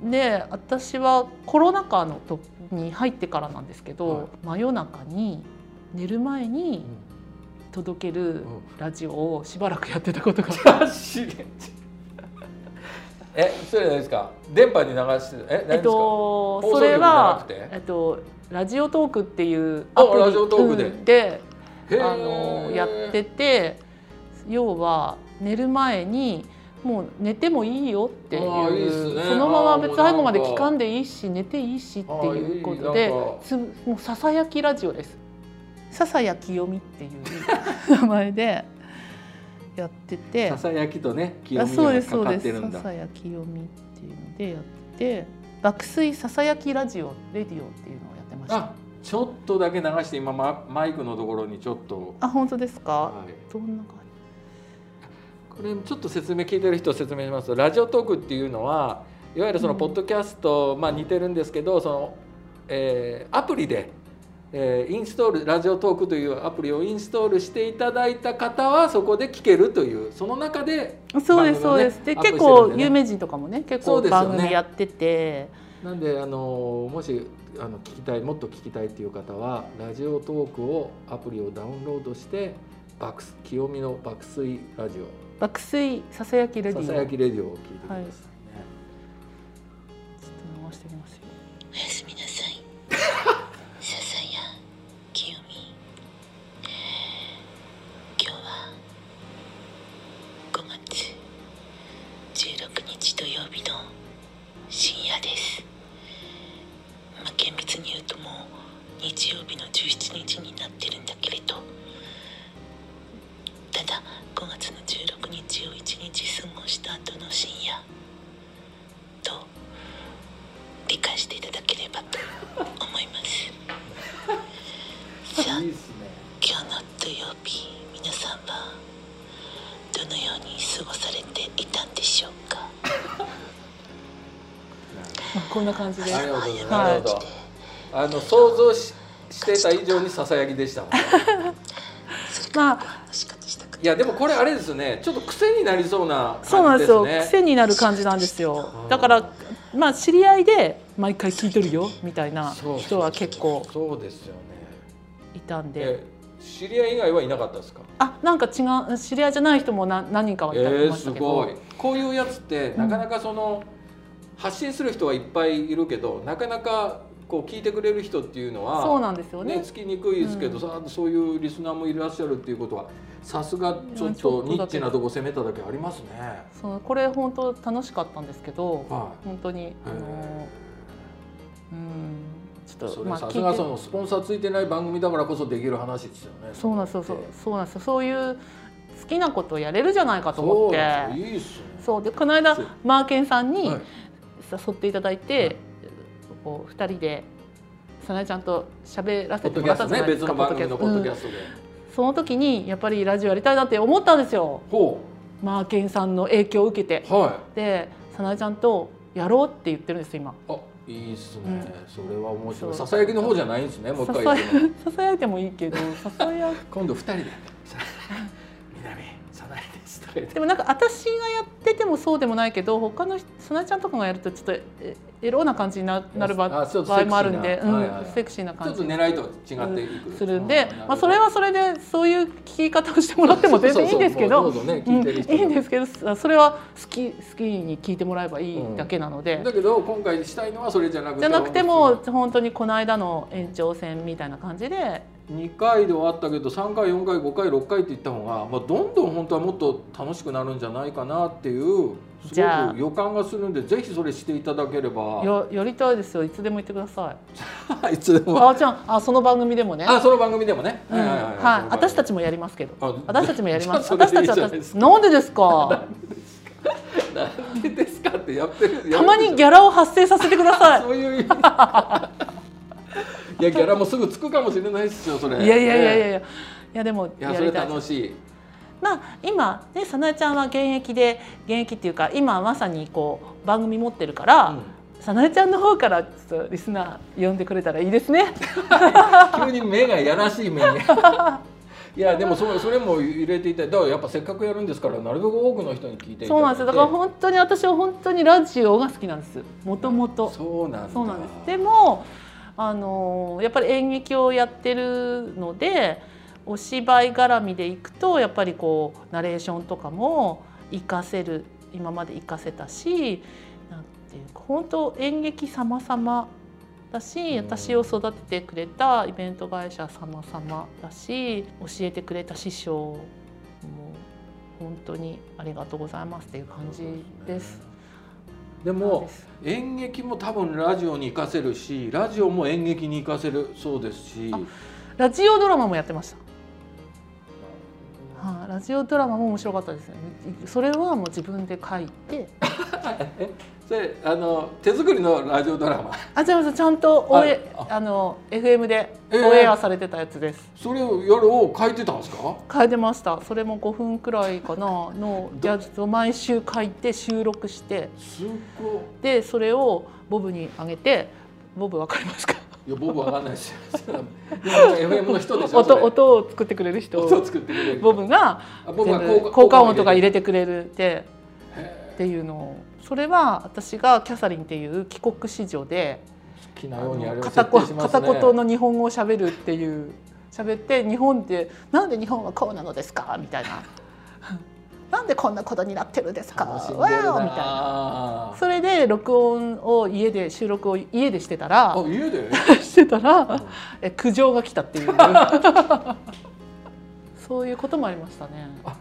[SPEAKER 2] で私はコロナ禍の時に入ってからなんですけど、
[SPEAKER 1] はい
[SPEAKER 2] 真夜中に寝る前に届けるラジオをしばらくやって たことが
[SPEAKER 1] えそれないですか電波に流してえ何ですか、
[SPEAKER 2] えっと、
[SPEAKER 1] 放送
[SPEAKER 2] そ
[SPEAKER 1] 局じ
[SPEAKER 2] れ
[SPEAKER 1] ゃな
[SPEAKER 2] は
[SPEAKER 1] くて、
[SPEAKER 2] えっと、ラジオトークっていう
[SPEAKER 1] あ
[SPEAKER 2] アプリ
[SPEAKER 1] ラジオトークで
[SPEAKER 2] うんで
[SPEAKER 1] へー
[SPEAKER 2] あのやってて要は寝る前にもう寝てもいいよってい
[SPEAKER 1] あーいいっ
[SPEAKER 2] う
[SPEAKER 1] すね
[SPEAKER 2] そのまま別
[SPEAKER 1] あーもうなんか
[SPEAKER 2] に最後まで聞かんでいいし寝ていいしっていうこと
[SPEAKER 1] あーいい
[SPEAKER 2] で
[SPEAKER 1] なんか
[SPEAKER 2] つもうささやきラジオです。ささやき読みっていう名前でやってて
[SPEAKER 1] ささやきとね清
[SPEAKER 2] あ
[SPEAKER 1] 美
[SPEAKER 2] そう
[SPEAKER 1] が
[SPEAKER 2] ですそ
[SPEAKER 1] か
[SPEAKER 2] う
[SPEAKER 1] か
[SPEAKER 2] で
[SPEAKER 1] って
[SPEAKER 2] す
[SPEAKER 1] るん
[SPEAKER 2] さ
[SPEAKER 1] だ
[SPEAKER 2] さやき読みっていうのでやって爆睡ささやきラジオレディオっていうのをやってましたあ
[SPEAKER 1] あちょっとだけ流して今まマイクのところにちょっと、
[SPEAKER 2] 本当ですか、
[SPEAKER 1] はい、
[SPEAKER 2] どんな感
[SPEAKER 1] これちょっと説明聞いてる人を説明しますとラジオトークっていうのはいわゆるその
[SPEAKER 2] うん
[SPEAKER 1] ポッドキャスト、まあ似てるんですけどその、えーアプリで、えーインストールラジオトークというアプリをインストールしていただいた方はそこで聞けるというその中で
[SPEAKER 2] じそうです、
[SPEAKER 1] 番組
[SPEAKER 2] そう
[SPEAKER 1] をね
[SPEAKER 2] ですで
[SPEAKER 1] アップして
[SPEAKER 2] 結
[SPEAKER 1] るんでね
[SPEAKER 2] 構有名人とかもね結
[SPEAKER 1] そう
[SPEAKER 2] 構
[SPEAKER 1] ですよね
[SPEAKER 2] 番組やってて
[SPEAKER 1] なんであのもしあの聞きたいもっと聞きたいっていう方はラジオトークをアプリをダウンロードして爆睡清美の爆睡ラジオ
[SPEAKER 2] 爆睡ささやきレディ
[SPEAKER 1] さ
[SPEAKER 2] オ
[SPEAKER 1] さやきレディオを聞いてくださいね。
[SPEAKER 2] ちょっと流してみますよ
[SPEAKER 3] おやすみなさい ささやきよみ今日は5月16日土曜日の深夜ですまあ厳密に言うともう日曜日の17日になってるんだけれどただ5月の16日を1日過ごした後の深夜と理解していただければと思いますさあ
[SPEAKER 1] いいですね。
[SPEAKER 3] 今日の土曜日皆さんはどのように過ごされていたんでしょうか
[SPEAKER 2] まあこんな感じで
[SPEAKER 1] ありがとうございます。
[SPEAKER 2] はい
[SPEAKER 1] なるほど。あの想像ししてた以上にささやきでしたもんね
[SPEAKER 3] それ
[SPEAKER 2] まあ
[SPEAKER 3] からもしかしたく
[SPEAKER 1] いやでもこれあれですねちょっと癖になりそうな
[SPEAKER 2] そうな
[SPEAKER 1] 感
[SPEAKER 2] ん
[SPEAKER 1] じ
[SPEAKER 2] ですよ、
[SPEAKER 1] ですね
[SPEAKER 2] 癖になる感じなんですよだからまあ知り合いで毎回聞いてるよみたいな
[SPEAKER 1] そう
[SPEAKER 2] 人は結構
[SPEAKER 1] そうですよね
[SPEAKER 2] いたんで
[SPEAKER 1] え知り合い以外はいなかったですか
[SPEAKER 2] あなんか違う知り合いじゃない人もな何人かはいたり
[SPEAKER 1] え
[SPEAKER 2] ま
[SPEAKER 1] ー、
[SPEAKER 2] し
[SPEAKER 1] す
[SPEAKER 2] たけど、
[SPEAKER 1] ごいこういうやつってなかなかその、発信する人はいっぱいいるけどなかなかこう聞いてくれる人っていうのは
[SPEAKER 2] そうなんですよね
[SPEAKER 1] ねつきにくいですけど、
[SPEAKER 2] うん
[SPEAKER 1] さそういうリスナーもいらっしゃるっていうことはさすがちょっとニッチなとこ攻めただけありますね。
[SPEAKER 2] そのこれ本当楽しかったんですけど
[SPEAKER 1] は
[SPEAKER 2] 本当に
[SPEAKER 1] い
[SPEAKER 2] あのうんちょっ
[SPEAKER 1] そ
[SPEAKER 2] と
[SPEAKER 1] れ
[SPEAKER 2] まあ
[SPEAKER 1] さ
[SPEAKER 2] 聞
[SPEAKER 1] すがそ
[SPEAKER 2] いて
[SPEAKER 1] のスポンサーついてない番組だからこそできる話ですよね。
[SPEAKER 2] そうなんですよそう
[SPEAKER 1] だって
[SPEAKER 2] そうなんですよそういう好きなことをやれるじゃないかと思
[SPEAKER 1] そ
[SPEAKER 2] っ
[SPEAKER 1] う
[SPEAKER 2] て
[SPEAKER 1] なんですよいいっすね。
[SPEAKER 2] そうでこの間
[SPEAKER 1] そう
[SPEAKER 2] マーケンさんに
[SPEAKER 1] はい
[SPEAKER 2] 誘っていただいて、こう二人でさなえちゃんと喋ら
[SPEAKER 1] ポ
[SPEAKER 2] せ
[SPEAKER 1] ッド
[SPEAKER 2] ても
[SPEAKER 1] キャ
[SPEAKER 2] ら
[SPEAKER 1] ス
[SPEAKER 2] った
[SPEAKER 1] ト
[SPEAKER 2] じゃ
[SPEAKER 1] ね
[SPEAKER 2] ないで
[SPEAKER 1] 別
[SPEAKER 2] すか
[SPEAKER 1] の番組のポッドキャ
[SPEAKER 2] うん
[SPEAKER 1] ストで。
[SPEAKER 2] その時にやっぱりラジオやりたいなって思ったんですよ
[SPEAKER 1] ほ
[SPEAKER 2] マーケンさんの影響を受けて
[SPEAKER 1] うはい。
[SPEAKER 2] でさなえちゃんとやろうって言ってるんですよ今
[SPEAKER 1] あ、いいっすね。
[SPEAKER 2] うん
[SPEAKER 1] それは面白い。
[SPEAKER 2] そ
[SPEAKER 1] さ
[SPEAKER 2] う
[SPEAKER 1] さやきの方じゃないんですね。もう一
[SPEAKER 2] さ
[SPEAKER 1] 回
[SPEAKER 2] さや
[SPEAKER 1] 言うの
[SPEAKER 2] ささ やいてもいいけどささや
[SPEAKER 1] 今度二人で。さ南、さなえです。とか言って
[SPEAKER 2] でもなんか私がやっててもそうでもないけど他の人さなえちゃんとかがやるとちょっとえエロな感じにななる場
[SPEAKER 1] あちょっと
[SPEAKER 2] 場合もあるんで
[SPEAKER 1] セクシーな
[SPEAKER 2] う
[SPEAKER 1] はいはいは
[SPEAKER 2] ん
[SPEAKER 1] い
[SPEAKER 2] セクシーな
[SPEAKER 1] ちょ
[SPEAKER 2] 感
[SPEAKER 1] っと
[SPEAKER 2] じ
[SPEAKER 1] 狙いとは違っていく。
[SPEAKER 2] するんで
[SPEAKER 1] う、
[SPEAKER 2] まあ、それ。はそれでそういう聞き方をしてもらっても全然いいんですけ
[SPEAKER 1] そ
[SPEAKER 2] ど
[SPEAKER 1] うそうそうもうどうぞ
[SPEAKER 2] う
[SPEAKER 1] ね、聞い
[SPEAKER 2] ん
[SPEAKER 1] てる人、
[SPEAKER 2] いいんですけどそそれは好き好きに聞いてもらえばいいだけなので、
[SPEAKER 1] だけど今回したいのはそれじゃなくて。
[SPEAKER 2] じゃなくても本当にこの間の延長戦みたいな感じで
[SPEAKER 1] 2回で終わったけど3回4回5回6回っていった方が、まあ、どんどん本当はもっと楽しくなるんじゃないかなっていうす
[SPEAKER 2] じゃ
[SPEAKER 1] ご
[SPEAKER 2] あ
[SPEAKER 1] く予感がするんでぜひそれしていただければ
[SPEAKER 2] よやりたいですよいつでも言ってくださ い。
[SPEAKER 1] いつでも
[SPEAKER 2] あーちゃんあその番組でもね
[SPEAKER 1] あ、その番組でもね。
[SPEAKER 2] うんはい、私たちもやりますけど
[SPEAKER 1] あ
[SPEAKER 2] 私たちもやりま
[SPEAKER 1] じ
[SPEAKER 2] す
[SPEAKER 1] ゃあ
[SPEAKER 2] 私
[SPEAKER 1] それでい
[SPEAKER 2] たち
[SPEAKER 1] いじゃ
[SPEAKER 2] は
[SPEAKER 1] ないですか
[SPEAKER 2] なんでです か
[SPEAKER 1] も。でですかってやってる。
[SPEAKER 2] たまにギ
[SPEAKER 1] ャ
[SPEAKER 2] ャラを発生させてください
[SPEAKER 1] そういう意味。い や、ギャラもすぐつくかもしれないですよ、それ。
[SPEAKER 2] いやいやいやい
[SPEAKER 1] ね
[SPEAKER 2] やいやいやでも
[SPEAKER 1] いや、
[SPEAKER 2] や
[SPEAKER 1] それ
[SPEAKER 2] りたい
[SPEAKER 1] 楽しい。
[SPEAKER 2] まあ今ねさなえちゃんは現役で現役っていうか今まさにこう番組持ってるから、さなえちゃんの方からちょっとリスナー呼んでくれたらいいですね
[SPEAKER 1] 急に目がやらしい目に。 いやでもそれそれも入れていただいてだからやっぱせっかくやるんですからなるべく多くの人に聞いていただいて
[SPEAKER 2] そうなんですよだから本当に私は本当にラジオが好きなんですもともと
[SPEAKER 1] そうなんだ
[SPEAKER 2] そうなんです。でもあのーやっぱり演劇をやってるのでお芝居絡みでいくとやっぱりこうナレーションとかも活かせる今まで活かせたしなんていうか本当演劇様々だし
[SPEAKER 1] うん
[SPEAKER 2] 私を育ててくれたイベント会社様々だし教えてくれた師匠も本当にありがとうございますっていう感じです。
[SPEAKER 1] で
[SPEAKER 2] そう
[SPEAKER 1] も
[SPEAKER 2] です
[SPEAKER 1] 演劇も多分ラジオに活かせるしラジオも演劇に活かせるそうですし
[SPEAKER 2] あラジオドラマもやってました。はい、ラジオドラマも面白かったですね。それはもう自分で書いて、
[SPEAKER 1] えそれあの手作りのラジオドラマ
[SPEAKER 2] あ、違います。ちゃんとオンエ
[SPEAKER 1] あ
[SPEAKER 2] あの FM でオ
[SPEAKER 1] えー
[SPEAKER 2] ンエアされてたやつです。
[SPEAKER 1] それを夜を書いてたんですか
[SPEAKER 2] 書いてました。それも5分くらいかなの
[SPEAKER 1] ど
[SPEAKER 2] やつを毎週書いて収録して、
[SPEAKER 1] すっご
[SPEAKER 2] でそれをボブにあげて、ボブわかりますか？
[SPEAKER 1] いいや僕わかんないですよ でも FM の人でしょそ
[SPEAKER 2] 音
[SPEAKER 1] れ
[SPEAKER 2] 音を作ってくれる人
[SPEAKER 1] 音を
[SPEAKER 2] を、
[SPEAKER 1] 作ってくれる
[SPEAKER 2] ボブが
[SPEAKER 1] あ僕
[SPEAKER 2] 全
[SPEAKER 1] は
[SPEAKER 2] 部
[SPEAKER 1] 効
[SPEAKER 2] 効果音とか入
[SPEAKER 1] れ
[SPEAKER 2] れてくれるって
[SPEAKER 1] へ
[SPEAKER 2] っていうのを、それは私がキャサリンっていう帰国子女で。
[SPEAKER 1] 好きな
[SPEAKER 2] あ
[SPEAKER 1] ようにや
[SPEAKER 2] の
[SPEAKER 1] る
[SPEAKER 2] 片言片言の日本語を喋るっていう喋って日本ってなんで日本はこうなのですかみたいな なんでこんなことになってるんですか
[SPEAKER 1] 楽しんでる
[SPEAKER 2] わーおみたいな
[SPEAKER 1] な
[SPEAKER 2] それで録音を家で収録を家でしてたら
[SPEAKER 1] あ家で
[SPEAKER 2] してたらえ苦情が来た っていうそういうこともありましたね。はい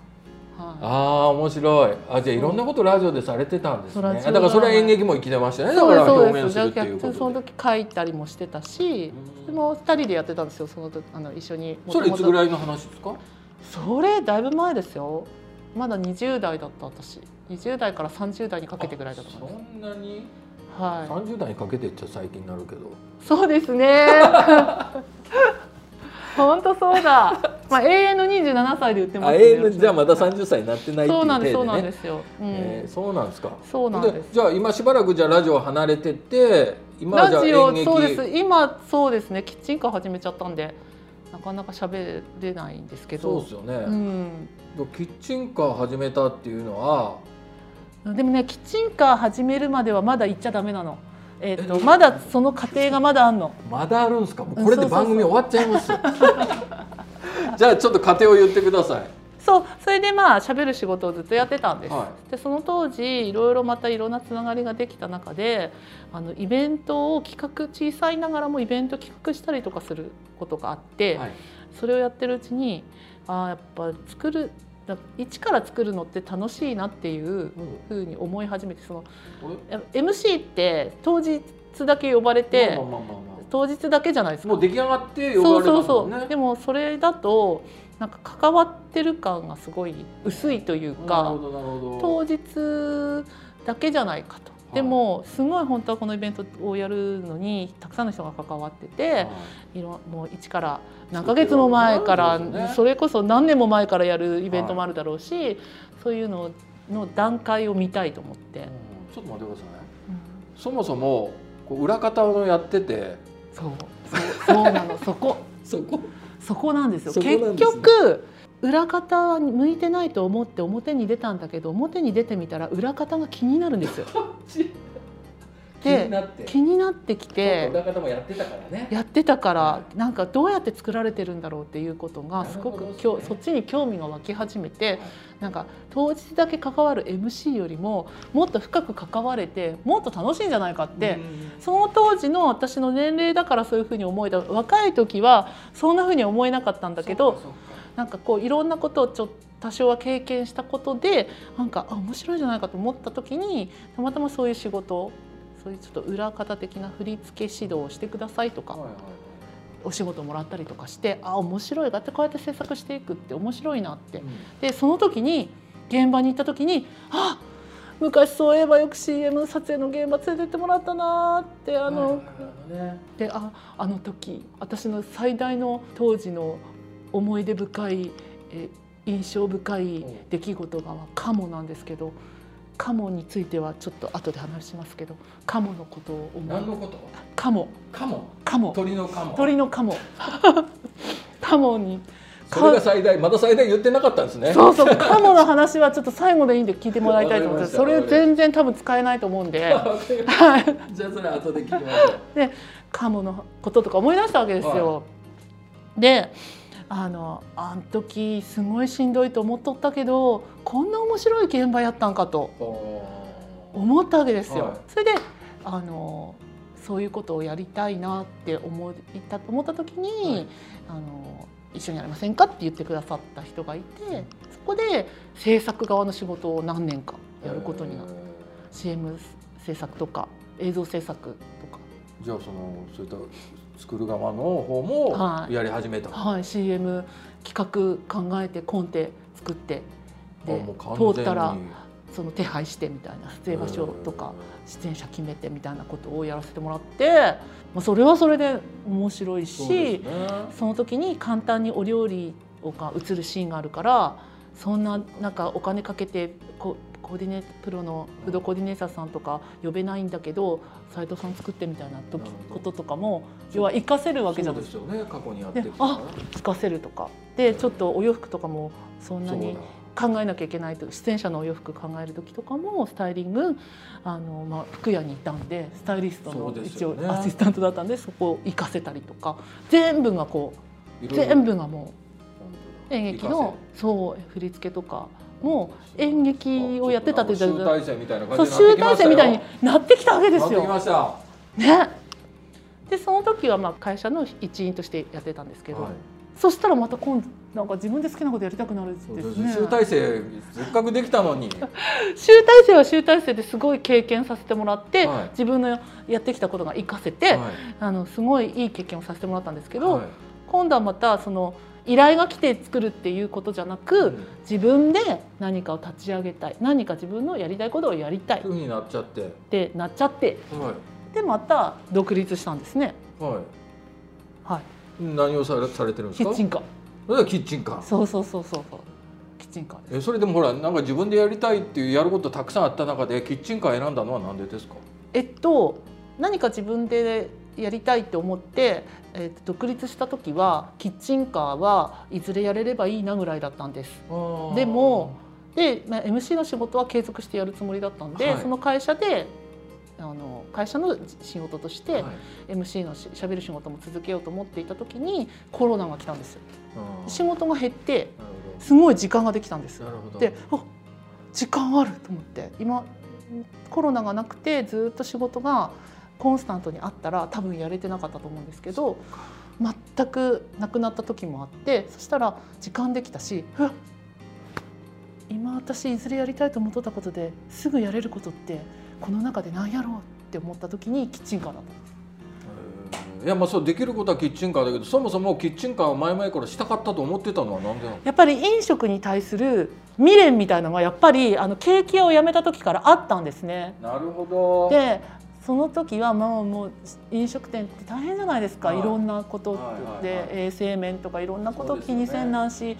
[SPEAKER 1] あー面白いあじゃあいろんなことラジオでされてたんです
[SPEAKER 2] そ
[SPEAKER 1] ね
[SPEAKER 2] うラジオド
[SPEAKER 1] だ
[SPEAKER 2] ラマ
[SPEAKER 1] からそれは演劇も生きてましたねだか
[SPEAKER 2] そうで
[SPEAKER 1] ら
[SPEAKER 2] すそう
[SPEAKER 1] 表
[SPEAKER 2] で
[SPEAKER 1] 現
[SPEAKER 2] す。
[SPEAKER 1] す
[SPEAKER 2] じゃ
[SPEAKER 1] る
[SPEAKER 2] あ
[SPEAKER 1] っていう
[SPEAKER 2] 逆
[SPEAKER 1] こ
[SPEAKER 2] にそ
[SPEAKER 1] と
[SPEAKER 2] の
[SPEAKER 1] で
[SPEAKER 2] 時書いたりもしてたし、
[SPEAKER 1] うん
[SPEAKER 2] でも二人でやってたんですよ。その時あの一緒に
[SPEAKER 1] それいつぐ
[SPEAKER 2] い
[SPEAKER 1] らいの話ですか
[SPEAKER 2] それだいぶ前ですよまだ20代だった私20代から30代にかけてぐらいだった
[SPEAKER 1] そ
[SPEAKER 2] のね
[SPEAKER 1] んなに
[SPEAKER 2] は
[SPEAKER 1] 30代にかけてっちゃ最近になるけど
[SPEAKER 2] いそうです ね本当そうだまあ永遠の27歳で言ってます
[SPEAKER 1] あ、
[SPEAKER 2] ね
[SPEAKER 1] 永遠のじゃあまだ30歳になってないっていう
[SPEAKER 2] そ
[SPEAKER 1] 体
[SPEAKER 2] うなん
[SPEAKER 1] で
[SPEAKER 2] で
[SPEAKER 1] ね。
[SPEAKER 2] すそうなんですよ、うん
[SPEAKER 1] えーそうなんですか。
[SPEAKER 2] そうなんです
[SPEAKER 1] じゃあ今しばらくじゃあラジオ離れてって今は
[SPEAKER 2] ラ
[SPEAKER 1] じゃあ
[SPEAKER 2] ジ
[SPEAKER 1] 演
[SPEAKER 2] オ
[SPEAKER 1] 劇
[SPEAKER 2] そうです今そうですねキッチンカー始めちゃったんでなかなか喋れないんですけ
[SPEAKER 1] そう
[SPEAKER 2] ど
[SPEAKER 1] ですよね、
[SPEAKER 2] うん、
[SPEAKER 1] キッチンカー始めたっていうのは
[SPEAKER 2] でもねキッチンカー始めるまではまだ行っちゃダメなの、えっとまだその過程がまだあんの
[SPEAKER 1] まだあるんですかもう
[SPEAKER 2] うん
[SPEAKER 1] これで
[SPEAKER 2] そうそうそう
[SPEAKER 1] 番組終わっちゃいますよ じゃあちょっと家庭を言ってください
[SPEAKER 2] そうそれでまあ喋る仕事をずっとやってたんです、
[SPEAKER 1] は
[SPEAKER 2] でその当時いろいろまたいろんなつながりができた中であのイベントを企画小さいながらもイベント企画したりとかすることがあって、
[SPEAKER 1] はい
[SPEAKER 2] それをやってるうちにあーやっぱ作るだ一から作るのって楽しいなっていうふうに思い始めてそのやっぱ MC って当日だけ呼ばれて、
[SPEAKER 1] まあまあまあまあま
[SPEAKER 2] 当日だけじゃないです
[SPEAKER 1] あ
[SPEAKER 2] か。
[SPEAKER 1] もう出来上がって呼
[SPEAKER 2] そ
[SPEAKER 1] ばれ
[SPEAKER 2] う
[SPEAKER 1] た
[SPEAKER 2] そ
[SPEAKER 1] も
[SPEAKER 2] うんそう、
[SPEAKER 1] ね
[SPEAKER 2] でもそれだとなんか関わってる感がすごい薄いとい
[SPEAKER 1] な
[SPEAKER 2] う
[SPEAKER 1] る
[SPEAKER 2] か
[SPEAKER 1] ほ、どなるほど
[SPEAKER 2] 当日だけじゃないかと、
[SPEAKER 1] い
[SPEAKER 2] でもすごい本当はこのイベントをやるのにたくさんの人が関わってて
[SPEAKER 1] は、
[SPEAKER 2] いろもう一から何ヶ月も前から、
[SPEAKER 1] そうですよね
[SPEAKER 2] それこそ何年も前からやるイベントもあるだろうし、そういうのの段階を見たいと思って
[SPEAKER 1] い、うんちょっと待ってくださいねそもそもこう裏方をやってて
[SPEAKER 2] そうそうそうなのそこ
[SPEAKER 1] そこ
[SPEAKER 2] そこなんですよ
[SPEAKER 1] そこなんですね
[SPEAKER 2] 結局裏方は向いてないと思って表に出たんだけど表に出てみたら裏方が気になるんで すよ
[SPEAKER 1] 気になって
[SPEAKER 2] 気になってきて
[SPEAKER 1] 裏方もやってたからね
[SPEAKER 2] やってたからなんかどうやって作られてるんだろうっていうことがすご
[SPEAKER 1] な
[SPEAKER 2] く
[SPEAKER 1] るほど
[SPEAKER 2] きょそっちに興味が湧き始めて
[SPEAKER 1] い
[SPEAKER 2] なんか当日だけ関わる MC よりももっと深く関われてもっと楽しいんじゃないかってその当時の私の年齢だからそういうふうに思えた若い時はそんなふうには思えなかったんだけどなんかこういろんなことをちょっと多少は経験したことでなんかあ面白いんじゃないかと思った時にたまたまそういう仕事そういうちょっと裏方的な振り付け指導をしてくださいとか、
[SPEAKER 1] はいはい
[SPEAKER 2] お仕事もらったりとかしてあ面白いだってこうやって制作していくって面白いなって
[SPEAKER 1] うん
[SPEAKER 2] でその時に現場に行った時にあ昔そういえばよく CM 撮影の現場連れてってもらったなーってあ
[SPEAKER 1] はい
[SPEAKER 2] の、
[SPEAKER 1] はいはい
[SPEAKER 2] でああの時私の最大の当時の思い出深いえ印象深い出来事がカモなんですけどカモについてはちょっと後で話しますけどカモのことを
[SPEAKER 1] 何
[SPEAKER 2] 思
[SPEAKER 1] の
[SPEAKER 2] う
[SPEAKER 1] こと
[SPEAKER 2] カモ
[SPEAKER 1] カモ
[SPEAKER 2] カモ
[SPEAKER 1] 鳥のカモ
[SPEAKER 2] 鳥の カモカモに
[SPEAKER 1] それが最大まだ最大言ってなかったんですね
[SPEAKER 2] そうそうカモの話はちょっと最後でいいんで聞いてもらいたいと思います
[SPEAKER 1] わか
[SPEAKER 2] そ
[SPEAKER 1] りま
[SPEAKER 2] れ
[SPEAKER 1] した
[SPEAKER 2] 全然多分使えないと思う んで はい
[SPEAKER 1] じゃあそれ後で聞きましょう
[SPEAKER 2] カモのこととか思い出したわけですよ。であのあん時すごいしんどいと思っとったけどこんな面白い現場やったんかと
[SPEAKER 1] お
[SPEAKER 2] 思ったわけですよ。
[SPEAKER 1] はい
[SPEAKER 2] それであのそういうことをやりたいなって思いた思った時に、
[SPEAKER 1] はい
[SPEAKER 2] あの一緒にやりませんかって言ってくださった人がいてそこで制作側の仕事を何年かやることになって、CM 制作とか映像制作とか
[SPEAKER 1] じゃあそのそういった作る側の方も
[SPEAKER 2] はい
[SPEAKER 1] やり始めた、
[SPEAKER 2] はい、CM 企画考えてコンテ作って
[SPEAKER 1] あ
[SPEAKER 2] で
[SPEAKER 1] もう完全に
[SPEAKER 2] 通ったらその手配してみたいな撮影場所とか出演者決めてみたいなことをやらせてもらって、まあ、それはそれで面白い
[SPEAKER 1] へー
[SPEAKER 2] し
[SPEAKER 1] そう
[SPEAKER 2] そ,、
[SPEAKER 1] ですね
[SPEAKER 2] の時に簡単にお料理が映るシーンがあるからそんななんかお金かけてこコーディネートプロのフードコーディネーターさんとか呼べないんだけど斉藤さん作ってみたいな時
[SPEAKER 1] なるほど
[SPEAKER 2] こととかも要は活かせるわけじ
[SPEAKER 1] そ
[SPEAKER 2] ゃ
[SPEAKER 1] う
[SPEAKER 2] ない
[SPEAKER 1] ですよね過去にやってき
[SPEAKER 2] で
[SPEAKER 1] た
[SPEAKER 2] あ聞かせるとかでちょっとお洋服とかもそんな
[SPEAKER 1] そう
[SPEAKER 2] に
[SPEAKER 1] だ
[SPEAKER 2] 考えなきゃいけないと出演者のお洋服考える時とかもスタイリングあの、まあ、服屋にいたんでスタイリスト
[SPEAKER 1] そ
[SPEAKER 2] の
[SPEAKER 1] うです
[SPEAKER 2] 一
[SPEAKER 1] よ
[SPEAKER 2] 応
[SPEAKER 1] ね
[SPEAKER 2] アシスタントだったんでそこを活かせたりとか全部がこ
[SPEAKER 1] いうろいろ
[SPEAKER 2] 全部がも
[SPEAKER 1] 本当だ
[SPEAKER 2] う演劇
[SPEAKER 1] 活か
[SPEAKER 2] のそう振り付けとか
[SPEAKER 1] せ
[SPEAKER 2] も演劇をやってたって
[SPEAKER 1] あちょっとなんか集大成みたいな
[SPEAKER 2] そ
[SPEAKER 1] 感
[SPEAKER 2] う
[SPEAKER 1] じになってきましたよ
[SPEAKER 2] 集大成みたいになってきたわけで
[SPEAKER 1] なっ
[SPEAKER 2] す
[SPEAKER 1] てき
[SPEAKER 2] よ。
[SPEAKER 1] ましたは
[SPEAKER 2] ね、でその時はまあ会社の一員としてやってたんですけど。そしたらまた今度なんか自分で好きなことやりたくなるん
[SPEAKER 1] い
[SPEAKER 2] で
[SPEAKER 1] そう
[SPEAKER 2] す
[SPEAKER 1] そう
[SPEAKER 2] ね。
[SPEAKER 1] 集大成せっかくできたの に
[SPEAKER 2] 集大成は集大成ですごい経験させてもらって、
[SPEAKER 1] はい
[SPEAKER 2] 自分のやってきたことが活かせて、
[SPEAKER 1] はい
[SPEAKER 2] あのすごいいい経験をさせてもらったんですけど、
[SPEAKER 1] はい
[SPEAKER 2] 今度はまたその依頼が来て作るっていうことじゃなく、
[SPEAKER 1] うん
[SPEAKER 2] 自分で何かを立ち上げたい何か自分のやりたいことをやりたいっ
[SPEAKER 1] そういうふうになっちゃっては
[SPEAKER 2] てなっちゃって
[SPEAKER 1] い
[SPEAKER 2] でまた独立したんですね。
[SPEAKER 1] は
[SPEAKER 2] はい
[SPEAKER 1] 何をされされてるん
[SPEAKER 2] い、
[SPEAKER 1] です
[SPEAKER 2] キ
[SPEAKER 1] か
[SPEAKER 2] ッチンカー
[SPEAKER 1] それはキッチンカー
[SPEAKER 2] そうそうそうそうそうキッチンカーです
[SPEAKER 1] えそれでもほらなんか自分でやりたいっていうやることたくさんあった中でキッチンカー選んだのはなんでですか
[SPEAKER 2] えっと何か自分でやりたいと思って、えーと独立した時はキッチンカーはいずれやれればいいなぐらいだったんです。でもで、まあ、MC の仕事は継続してやるつもりだったんで、
[SPEAKER 1] はい
[SPEAKER 2] その会社であの会社の仕事として、
[SPEAKER 1] はい
[SPEAKER 2] MC のししゃべる仕事も続けようと思っていた時にコロナが来たんですよ
[SPEAKER 1] うん
[SPEAKER 2] 仕事が減って
[SPEAKER 1] なる
[SPEAKER 2] すごい時間ができたんです
[SPEAKER 1] ほどなるほど
[SPEAKER 2] であ時間あると思って今コロナがなくてずっと仕事がコンスタントにあったら多分やれてなかったと思うんですけど全くなくなった時もあってそしたら時間できたしうわ今私いずれやりたいと思っとったことですぐやれることってこの中で何やろうって思った時にキッチンカーだったんです。
[SPEAKER 1] えーいやまあそうできることはキッチンカーだけどそもそもキッチンカーを前々からしたかったと思ってたのはなんでなの
[SPEAKER 2] やっぱり飲食に対する未練みたいなのがやっぱりあのケーキ屋を辞めた時からあったんですね。
[SPEAKER 1] なるほど
[SPEAKER 2] でその時はまあもう飲食店って大変じゃないですか、
[SPEAKER 1] はい
[SPEAKER 2] い、ろんなことで、
[SPEAKER 1] はいはいはい
[SPEAKER 2] 衛生面とかいろんなこと
[SPEAKER 1] そうです
[SPEAKER 2] 気
[SPEAKER 1] よね
[SPEAKER 2] にせんなんし、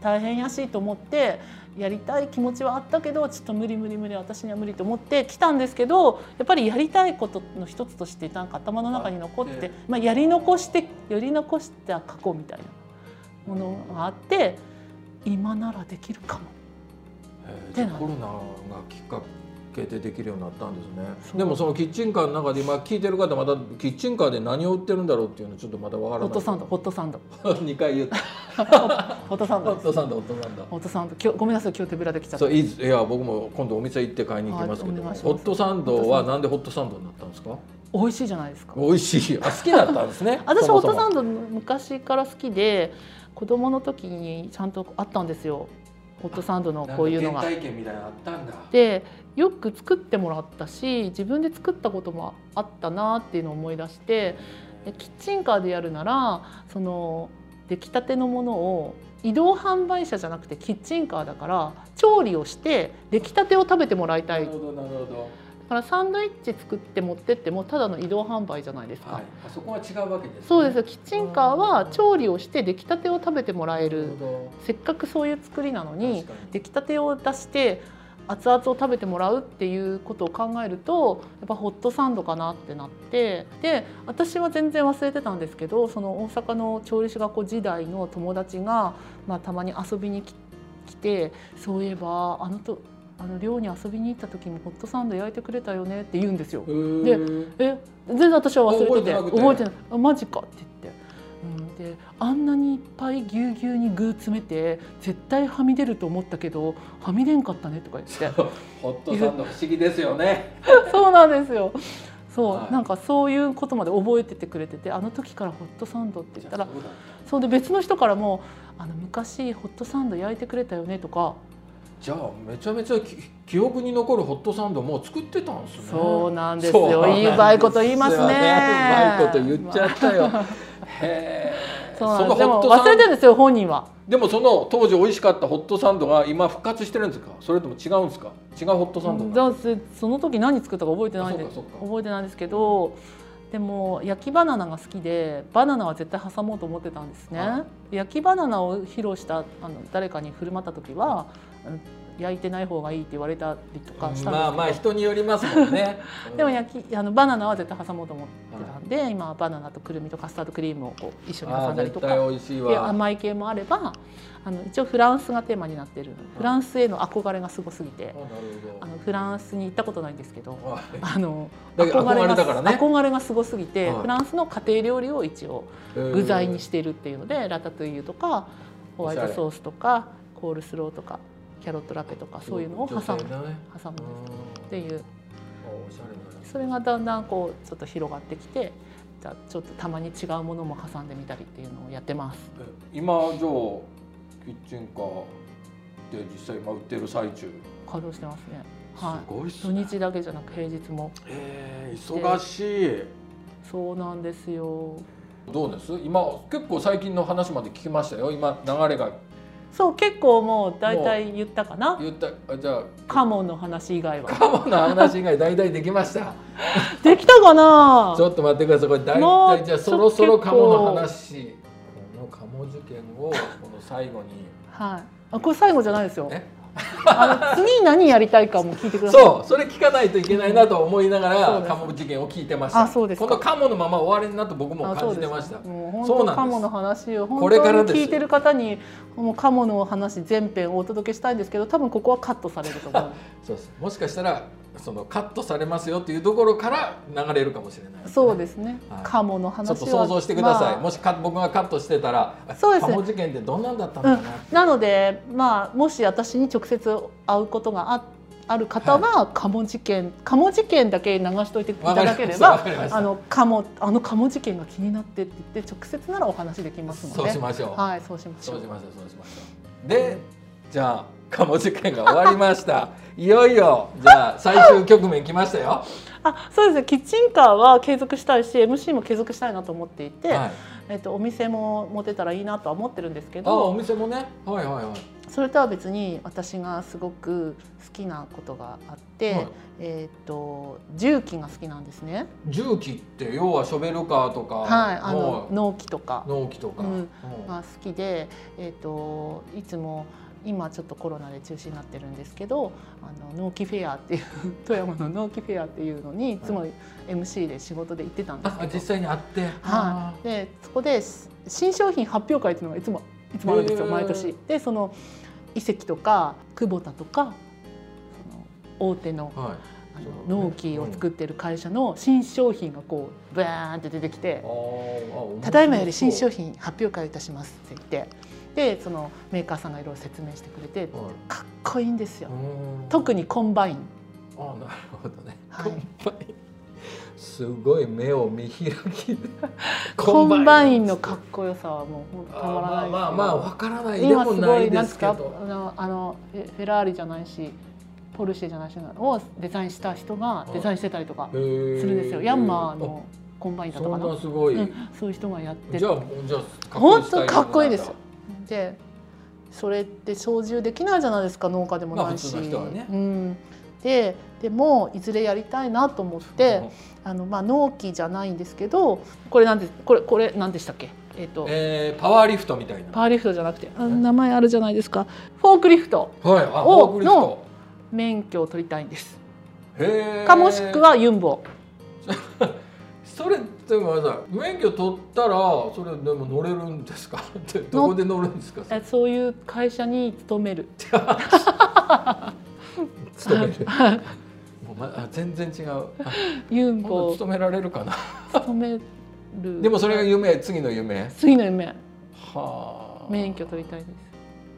[SPEAKER 2] 大変やしと思ってやりたい気持ちはあったけどちょっと無理無理無理私には無理と思って来たんですけどやっぱりやりたいことの一つとしてなんか頭の中に残っ
[SPEAKER 1] あってて
[SPEAKER 2] まあ、やり残してやり残した過去みたいなものがあって今ならできるかも。
[SPEAKER 1] えー
[SPEAKER 2] て
[SPEAKER 1] じゃ
[SPEAKER 2] な
[SPEAKER 1] あコロナがきっかけでできるようになったんですね
[SPEAKER 2] そう
[SPEAKER 1] でもそのキッチンカーの中で今聞いてる方まだキッチンカーで何を売ってるんだろうっていうのちょっとまだわからな
[SPEAKER 2] ホ
[SPEAKER 1] い
[SPEAKER 2] ットサン ド、ホットサンド、
[SPEAKER 1] 2回言った
[SPEAKER 2] ホットサン
[SPEAKER 1] ホ
[SPEAKER 2] ド
[SPEAKER 1] ッ
[SPEAKER 2] です。
[SPEAKER 1] トサンドホットサンド
[SPEAKER 2] ホットサンド、今日ごめんなさい、今日手ぶらできちゃった
[SPEAKER 1] そう。いいですいや僕も今度お店行って買いに行きますけ
[SPEAKER 2] はい
[SPEAKER 1] ど
[SPEAKER 2] お願いします
[SPEAKER 1] ホットサンドはなんでホットサンドになったんですか
[SPEAKER 2] 美味しいじゃないですか。
[SPEAKER 1] 美味しいあ好きだったんですね
[SPEAKER 2] 私
[SPEAKER 1] そも
[SPEAKER 2] ホッ
[SPEAKER 1] そも
[SPEAKER 2] トサンド昔から好きで子供の時にちゃんとあったんですよホットサンドのこういうの
[SPEAKER 1] なん。
[SPEAKER 2] が
[SPEAKER 1] か原体験みたいなのあったんだ
[SPEAKER 2] でよく作ってもらったし自分で作ったこともあったなっていうのを思い出してでキッチンカーでやるならその出来たてのものを移動販売車じゃなくてキッチンカーだから調理をして出来たてを食べてもらいた
[SPEAKER 1] ないる
[SPEAKER 2] だ
[SPEAKER 1] ほどなるほど
[SPEAKER 2] からサンドイッチ作って持ってってもただの移動販売じゃないですか。
[SPEAKER 1] はいあそこは違うわけですね
[SPEAKER 2] そうですよキッチンカーは調理をして出来たてを食べてもらえ
[SPEAKER 1] なる
[SPEAKER 2] る
[SPEAKER 1] ほど
[SPEAKER 2] せっかくそういう作りなのに
[SPEAKER 1] 確かに
[SPEAKER 2] 出来たてを出して熱々を食べてもらうっていうことを考えるとやっぱホットサンドかなってなってで私は全然忘れてたんですけどその大阪の調理師学校時代の友達が、まあ、たまに遊びに来来てそういえばあのとあの寮に遊びに行った時もホットサンド焼いてくれたよねって言うんですよ。
[SPEAKER 1] へー
[SPEAKER 2] え全然私は忘れてて
[SPEAKER 1] あ覚えてなくて
[SPEAKER 2] 覚えてないあマジかって言って。うん、であんなにいっぱいぎゅうぎゅうに具詰めて絶対はみ出ると思ったけどはみ出んかったねとか言って
[SPEAKER 1] ホットサンド不思議ですよね。
[SPEAKER 2] そうなんですよそう、
[SPEAKER 1] はい
[SPEAKER 2] なんかそういうことまで覚えててくれててあの時からホットサンドって言ったら
[SPEAKER 1] じゃあそうだ
[SPEAKER 2] そうで別の人からも「あの昔ホットサンド焼いてくれたよね」とか
[SPEAKER 1] じゃあめちゃめちゃき記憶に残るホットサンドもう作ってたんですね。
[SPEAKER 2] そうなんです
[SPEAKER 1] そう
[SPEAKER 2] よ
[SPEAKER 1] なんです
[SPEAKER 2] いいうまいこと言いますね
[SPEAKER 1] うまいこと言っちゃったよ。へえ。
[SPEAKER 2] そうなんですで
[SPEAKER 1] の
[SPEAKER 2] も
[SPEAKER 1] ホットサン
[SPEAKER 2] 忘れてるんですよ本人は
[SPEAKER 1] でもその当時美味しかったホットサンドが今復活してるんですか。それとも違うんですか。違うホットサンドな
[SPEAKER 2] だ
[SPEAKER 1] の。
[SPEAKER 2] ってその時何作ったか覚えてないんで
[SPEAKER 1] あそうかそうか
[SPEAKER 2] 覚えてないんですけどでも焼きバナナが好きでバナナは絶対挟もうと思ってたんですね、
[SPEAKER 1] は
[SPEAKER 2] 焼きバナナを披露したあの誰かに振る舞った時は、あの焼いてない方がいいって言われたりとかしたんですけど、
[SPEAKER 1] まあまあ人によりますもんね
[SPEAKER 2] 。でも焼きあのバナナは絶対挟もうと思ってたんで、今はバナナとくるみとカスタードクリームをこう一緒に
[SPEAKER 1] あ
[SPEAKER 2] 挟
[SPEAKER 1] あ
[SPEAKER 2] んだりと
[SPEAKER 1] 絶
[SPEAKER 2] か
[SPEAKER 1] 対美味しい
[SPEAKER 2] で
[SPEAKER 1] わ。
[SPEAKER 2] 甘い系もあればあの一応フランスがテーマになってるフランスへの憧れがすごすぎて
[SPEAKER 1] あなるほど
[SPEAKER 2] あのフランスに行ったことないんですけど。
[SPEAKER 1] はい
[SPEAKER 2] あの
[SPEAKER 1] だけど憧れだからね
[SPEAKER 2] 憧れがすごすぎて、
[SPEAKER 1] はい
[SPEAKER 2] フランスの家庭料理を一応
[SPEAKER 1] へー
[SPEAKER 2] 具材にしているっていうので、ラタトゥイユとかホワイトソースとかコールスローとかキャロットラペとかそういうのを挟む挟む
[SPEAKER 1] 女性だね
[SPEAKER 2] んです
[SPEAKER 1] うん
[SPEAKER 2] ってい
[SPEAKER 1] あ
[SPEAKER 2] う
[SPEAKER 1] おしゃれだね
[SPEAKER 2] それがだんだんこうちょっと広がってきてじゃあちょっとたまに違うものも挟んでみたりっていうのをやってます。
[SPEAKER 1] え今じゃあキッチンカーで実際今売ってる最中、
[SPEAKER 2] 稼働してますね。はい。
[SPEAKER 1] ごいっ
[SPEAKER 2] 土日だけじゃなく平日も
[SPEAKER 1] えー忙しい
[SPEAKER 2] そうなんですよ。
[SPEAKER 1] どうです今結構最近の話まで聞きましたよ今流れが
[SPEAKER 2] そう結構もう大体言ったかな。
[SPEAKER 1] 言ったあじゃ
[SPEAKER 2] カモンの話以外は
[SPEAKER 1] あ。カモの話以外大体できました
[SPEAKER 2] できたかな
[SPEAKER 1] ち。ょっと待ってくださいこれ大
[SPEAKER 2] も
[SPEAKER 1] 体
[SPEAKER 2] う
[SPEAKER 1] じゃあそろそろ
[SPEAKER 2] ちょ
[SPEAKER 1] カモの
[SPEAKER 2] 結
[SPEAKER 1] 話このカモ事件をこの最後に
[SPEAKER 2] はい。あこれ最後じゃないですよ。
[SPEAKER 1] ね
[SPEAKER 2] あの次何やりたいかも聞いてください。
[SPEAKER 1] そうそれ聞かないといけないなと思いなが
[SPEAKER 2] そう
[SPEAKER 1] ら
[SPEAKER 2] です
[SPEAKER 1] カモ事件を聞いてました
[SPEAKER 2] あそうですか
[SPEAKER 1] このカモのまま終われんなと僕も
[SPEAKER 2] あ
[SPEAKER 1] 感じてました
[SPEAKER 2] そうですもう本
[SPEAKER 1] そうな
[SPEAKER 2] 当
[SPEAKER 1] んです
[SPEAKER 2] カモの話を
[SPEAKER 1] こ
[SPEAKER 2] 本
[SPEAKER 1] れ
[SPEAKER 2] 当
[SPEAKER 1] から
[SPEAKER 2] に
[SPEAKER 1] です
[SPEAKER 2] 聞いてる方にもうカモの話全編お届けしたいんですけど多分ここはカットされると 思う
[SPEAKER 1] そうですもしかしたらそのカットされますよっていうところから流れるかもしれない、
[SPEAKER 2] そうですね、
[SPEAKER 1] はい
[SPEAKER 2] カモの話
[SPEAKER 1] ちょ
[SPEAKER 2] は
[SPEAKER 1] っと想像してください、
[SPEAKER 2] まあ
[SPEAKER 1] もしか僕がカットしてたらあ
[SPEAKER 2] そうです
[SPEAKER 1] カモ事件ってどんなんだったのかな、
[SPEAKER 2] なので、まあ、もし私に直接会うことがあある方は、カモ事件カモ事件だけ流しといていただけれ
[SPEAKER 1] わ
[SPEAKER 2] ば
[SPEAKER 1] かりました
[SPEAKER 2] あのカモあのカモ事件が気になってって言って直接ならお話できますの
[SPEAKER 1] そ
[SPEAKER 2] で
[SPEAKER 1] うしましょう、
[SPEAKER 2] はいそうしましょ
[SPEAKER 1] そう
[SPEAKER 2] う
[SPEAKER 1] しましょうそうしましょうでじゃあカモ事件が終わりました いよいよじゃあ最終局面来ましたよ、
[SPEAKER 2] あそうですねキッチンカーは継続したいし MC も継続したいなと思っていて、
[SPEAKER 1] はい、
[SPEAKER 2] えっと、お店も持てたらいいなとは思ってるんですけ
[SPEAKER 1] あお
[SPEAKER 2] ど
[SPEAKER 1] 店もねはいはいはい
[SPEAKER 2] それとは別に私がすごく好きなことがあって、
[SPEAKER 1] はい
[SPEAKER 2] えっと重機が好きなんですね。
[SPEAKER 1] 重機って要はショベルカーとか、
[SPEAKER 2] はい、あの
[SPEAKER 1] もう
[SPEAKER 2] 納期とか
[SPEAKER 1] 納期とか、
[SPEAKER 2] うん
[SPEAKER 1] うん
[SPEAKER 2] が好きで、えー、といつも今ちょっとコロナで中止になってるんですけどあの納期フェアっていう富山の納期フェアっていうのにいつも MC で仕事で行ってたんです
[SPEAKER 1] あ
[SPEAKER 2] け
[SPEAKER 1] 実
[SPEAKER 2] ど、
[SPEAKER 1] 際にあって
[SPEAKER 2] は
[SPEAKER 1] あー
[SPEAKER 2] い、でそこでし新商品発表会っていうのがいつもいつもあるんですよ
[SPEAKER 1] へー
[SPEAKER 2] 毎年。でその遺跡とか久保田とかその大手の
[SPEAKER 1] はい
[SPEAKER 2] あ
[SPEAKER 1] そう
[SPEAKER 2] の納期を作ってる会社の新商品がこうバーンって出てきて
[SPEAKER 1] あ。ーあ
[SPEAKER 2] ただいまより新商品発表会いたしますって言ってでそのメーカーさんがいろいろ説明してくれて
[SPEAKER 1] 面白そうはい
[SPEAKER 2] かっこいいんですよ、
[SPEAKER 1] うん
[SPEAKER 2] 特にコンバイン
[SPEAKER 1] あーなるほどね、
[SPEAKER 2] は
[SPEAKER 1] コ
[SPEAKER 2] い
[SPEAKER 1] ンバインすごい目を見開きで
[SPEAKER 2] コンバインのか
[SPEAKER 1] 格
[SPEAKER 2] っこよさはもう本当
[SPEAKER 1] 好
[SPEAKER 2] たまらないですよ
[SPEAKER 1] まあまあまあわからないで
[SPEAKER 2] 今
[SPEAKER 1] も
[SPEAKER 2] す
[SPEAKER 1] な
[SPEAKER 2] ご
[SPEAKER 1] い
[SPEAKER 2] い
[SPEAKER 1] で
[SPEAKER 2] なん
[SPEAKER 1] す
[SPEAKER 2] つう
[SPEAKER 1] け
[SPEAKER 2] か
[SPEAKER 1] ど
[SPEAKER 2] あのあのフェフェラーリじゃないしポルシェじゃないしをデザインした人がデザインしてたりとか
[SPEAKER 1] する
[SPEAKER 2] するんですよ、ヤンマーのコンバインだった
[SPEAKER 1] そ
[SPEAKER 2] か
[SPEAKER 1] ん
[SPEAKER 2] な
[SPEAKER 1] なすごい、
[SPEAKER 2] うんそういう人がやって
[SPEAKER 1] じゃあじゃあ
[SPEAKER 2] 本当かっこいいです
[SPEAKER 1] よ
[SPEAKER 2] よ。でそれって操縦できないじゃないですか農家でもないし、
[SPEAKER 1] まあ普通の人はね
[SPEAKER 2] うん、ででもいずれやりたいなと思ってあの、まあ、納期じゃないんですけどこれなんでこれこれ何でしたっけ、えっと
[SPEAKER 1] えー、パワーリフトみたいな
[SPEAKER 2] パワーリフトじゃなくてあの名前あるじゃないですかフォークリフト
[SPEAKER 1] はいあフ
[SPEAKER 2] を
[SPEAKER 1] ォークリフト
[SPEAKER 2] 免許を取りたいんです
[SPEAKER 1] へー
[SPEAKER 2] かもしくはユンボ
[SPEAKER 1] それってごめんなさい免許取ったらそれでも乗れるんですかってどこで乗るんですか
[SPEAKER 2] えそういう会社に勤める
[SPEAKER 1] 勤めるもう、ま、あ全然違うあ
[SPEAKER 2] ユン
[SPEAKER 1] 今
[SPEAKER 2] ボ
[SPEAKER 1] 度
[SPEAKER 2] を
[SPEAKER 1] 勤められるかな
[SPEAKER 2] 勤める
[SPEAKER 1] でもそれが夢次の夢
[SPEAKER 2] 次の夢
[SPEAKER 1] はあ
[SPEAKER 2] 免許取りたいです。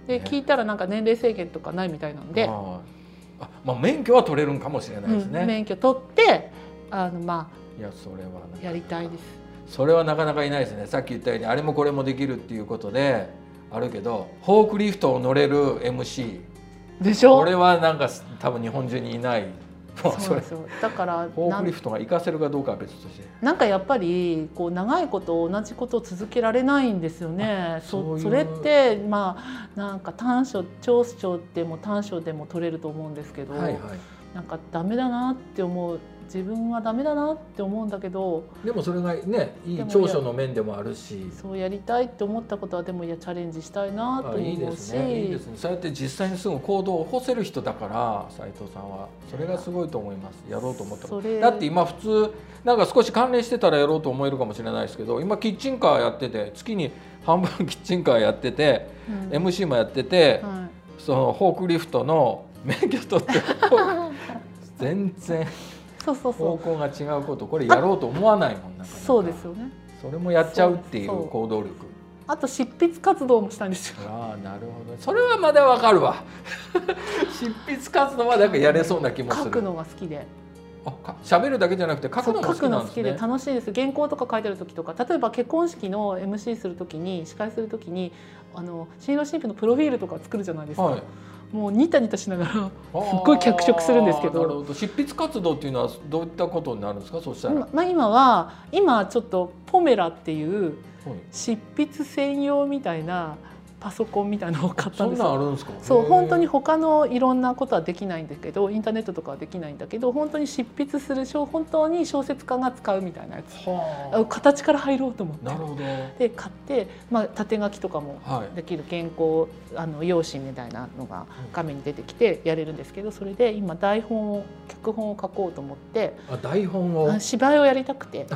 [SPEAKER 2] で、
[SPEAKER 1] ね
[SPEAKER 2] 聞いたらなんか年齢制限とかないみたいなんで、
[SPEAKER 1] はいあまあ免許は取れるんかもしれないです
[SPEAKER 2] うん
[SPEAKER 1] ね、
[SPEAKER 2] 免許取ってあのま
[SPEAKER 1] いやそれはな
[SPEAKER 2] あやりたいです。
[SPEAKER 1] それはなかなかいないですねさっき言ったようにあれもこれもできるっていうことであるけどフォークリフトを乗れる MC
[SPEAKER 2] でしょ
[SPEAKER 1] こ。れはなんか多分日本中にいないもう
[SPEAKER 2] そ
[SPEAKER 1] そう
[SPEAKER 2] で
[SPEAKER 1] れ
[SPEAKER 2] すよ。だから
[SPEAKER 1] フォー
[SPEAKER 2] な
[SPEAKER 1] クリ
[SPEAKER 2] ん
[SPEAKER 1] フトが活かせるかどうかは別として
[SPEAKER 2] なんかやっぱりこう長いこと同じことを続けられないんですよね。
[SPEAKER 1] そうい
[SPEAKER 2] そ
[SPEAKER 1] う
[SPEAKER 2] それってまあなんか短所長所でも短所でも取れると思うんですけど、
[SPEAKER 1] い
[SPEAKER 2] なんかダメだなって思う自分はダメだなって思うんだけど。
[SPEAKER 1] でもそれがねい
[SPEAKER 2] で
[SPEAKER 1] い
[SPEAKER 2] も
[SPEAKER 1] 長所の面でもあるし
[SPEAKER 2] そうやりたいって思ったことはでもいやチャレンジしたいなと
[SPEAKER 1] あいいで
[SPEAKER 2] 思う
[SPEAKER 1] す
[SPEAKER 2] し
[SPEAKER 1] ねいいですねそうやって実際にすぐ行動を起こせる人だから斉藤さんはそれがすごいと思いますやろうと思ったこ
[SPEAKER 2] そ
[SPEAKER 1] と
[SPEAKER 2] れ
[SPEAKER 1] だって今普通なんか少し関連してたらやろうと思えるかもしれないですけど今キッチンカーやってて月に半分キッチンカーやってて
[SPEAKER 2] うん
[SPEAKER 1] MC もやってて
[SPEAKER 2] はい
[SPEAKER 1] そのフォークリフトの免許取って 全然
[SPEAKER 2] そうそう
[SPEAKER 1] 方
[SPEAKER 2] そ
[SPEAKER 1] 向が違うことこれやろうと思わないもんな
[SPEAKER 2] う
[SPEAKER 1] かなか
[SPEAKER 2] そうですよね
[SPEAKER 1] それもやっちゃうっていう
[SPEAKER 2] そうそう
[SPEAKER 1] 行動力
[SPEAKER 2] あと執筆活動もしたんですよ
[SPEAKER 1] ああなるほどそれはまだわかるわ 執筆活動はなんかやれそうな気もす
[SPEAKER 2] 書
[SPEAKER 1] る
[SPEAKER 2] くのが好きで
[SPEAKER 1] あか喋るだけじゃなくて書くのも
[SPEAKER 2] そ
[SPEAKER 1] 好
[SPEAKER 2] う書
[SPEAKER 1] き
[SPEAKER 2] く
[SPEAKER 1] なん
[SPEAKER 2] の好
[SPEAKER 1] です
[SPEAKER 2] きで
[SPEAKER 1] ね
[SPEAKER 2] 楽しいです原稿とか書いてる時とか例えば結婚式の MC する時に司会する時にあの新郎新婦のプロフィールとか作るじゃないですか、
[SPEAKER 1] はい
[SPEAKER 2] もうニタニタしながら
[SPEAKER 1] あー
[SPEAKER 2] すっごい脚色するんですけど
[SPEAKER 1] なるほど執筆活動っていうのはどういったことになるんですかそしたら、
[SPEAKER 2] 今まあ、今は今ちょっとポメラっていう
[SPEAKER 1] はい
[SPEAKER 2] 執筆専用みたいなパソコンみたいなのを買った
[SPEAKER 1] そ
[SPEAKER 2] んで
[SPEAKER 1] ん
[SPEAKER 2] す
[SPEAKER 1] なん
[SPEAKER 2] よ
[SPEAKER 1] あるんですか
[SPEAKER 2] そう本当
[SPEAKER 1] へ
[SPEAKER 2] に他のいろんなことはできないんだけどインターネットとかはできないんだけど本当に執筆する小本当に小説家が使うみたいなやつ
[SPEAKER 1] ー
[SPEAKER 2] あ
[SPEAKER 1] は
[SPEAKER 2] 形から入ろうと思っ
[SPEAKER 1] あなる
[SPEAKER 2] て
[SPEAKER 1] ほど
[SPEAKER 2] で買って、まあ、縦書きとかも
[SPEAKER 1] はい
[SPEAKER 2] できる原稿あの用紙みたいなの
[SPEAKER 1] う
[SPEAKER 2] が
[SPEAKER 1] ん
[SPEAKER 2] 画面に出てきてやれるんですけどそれで今台本を脚本を書こうと思って
[SPEAKER 1] あ台本を
[SPEAKER 2] あ芝居をやりたくて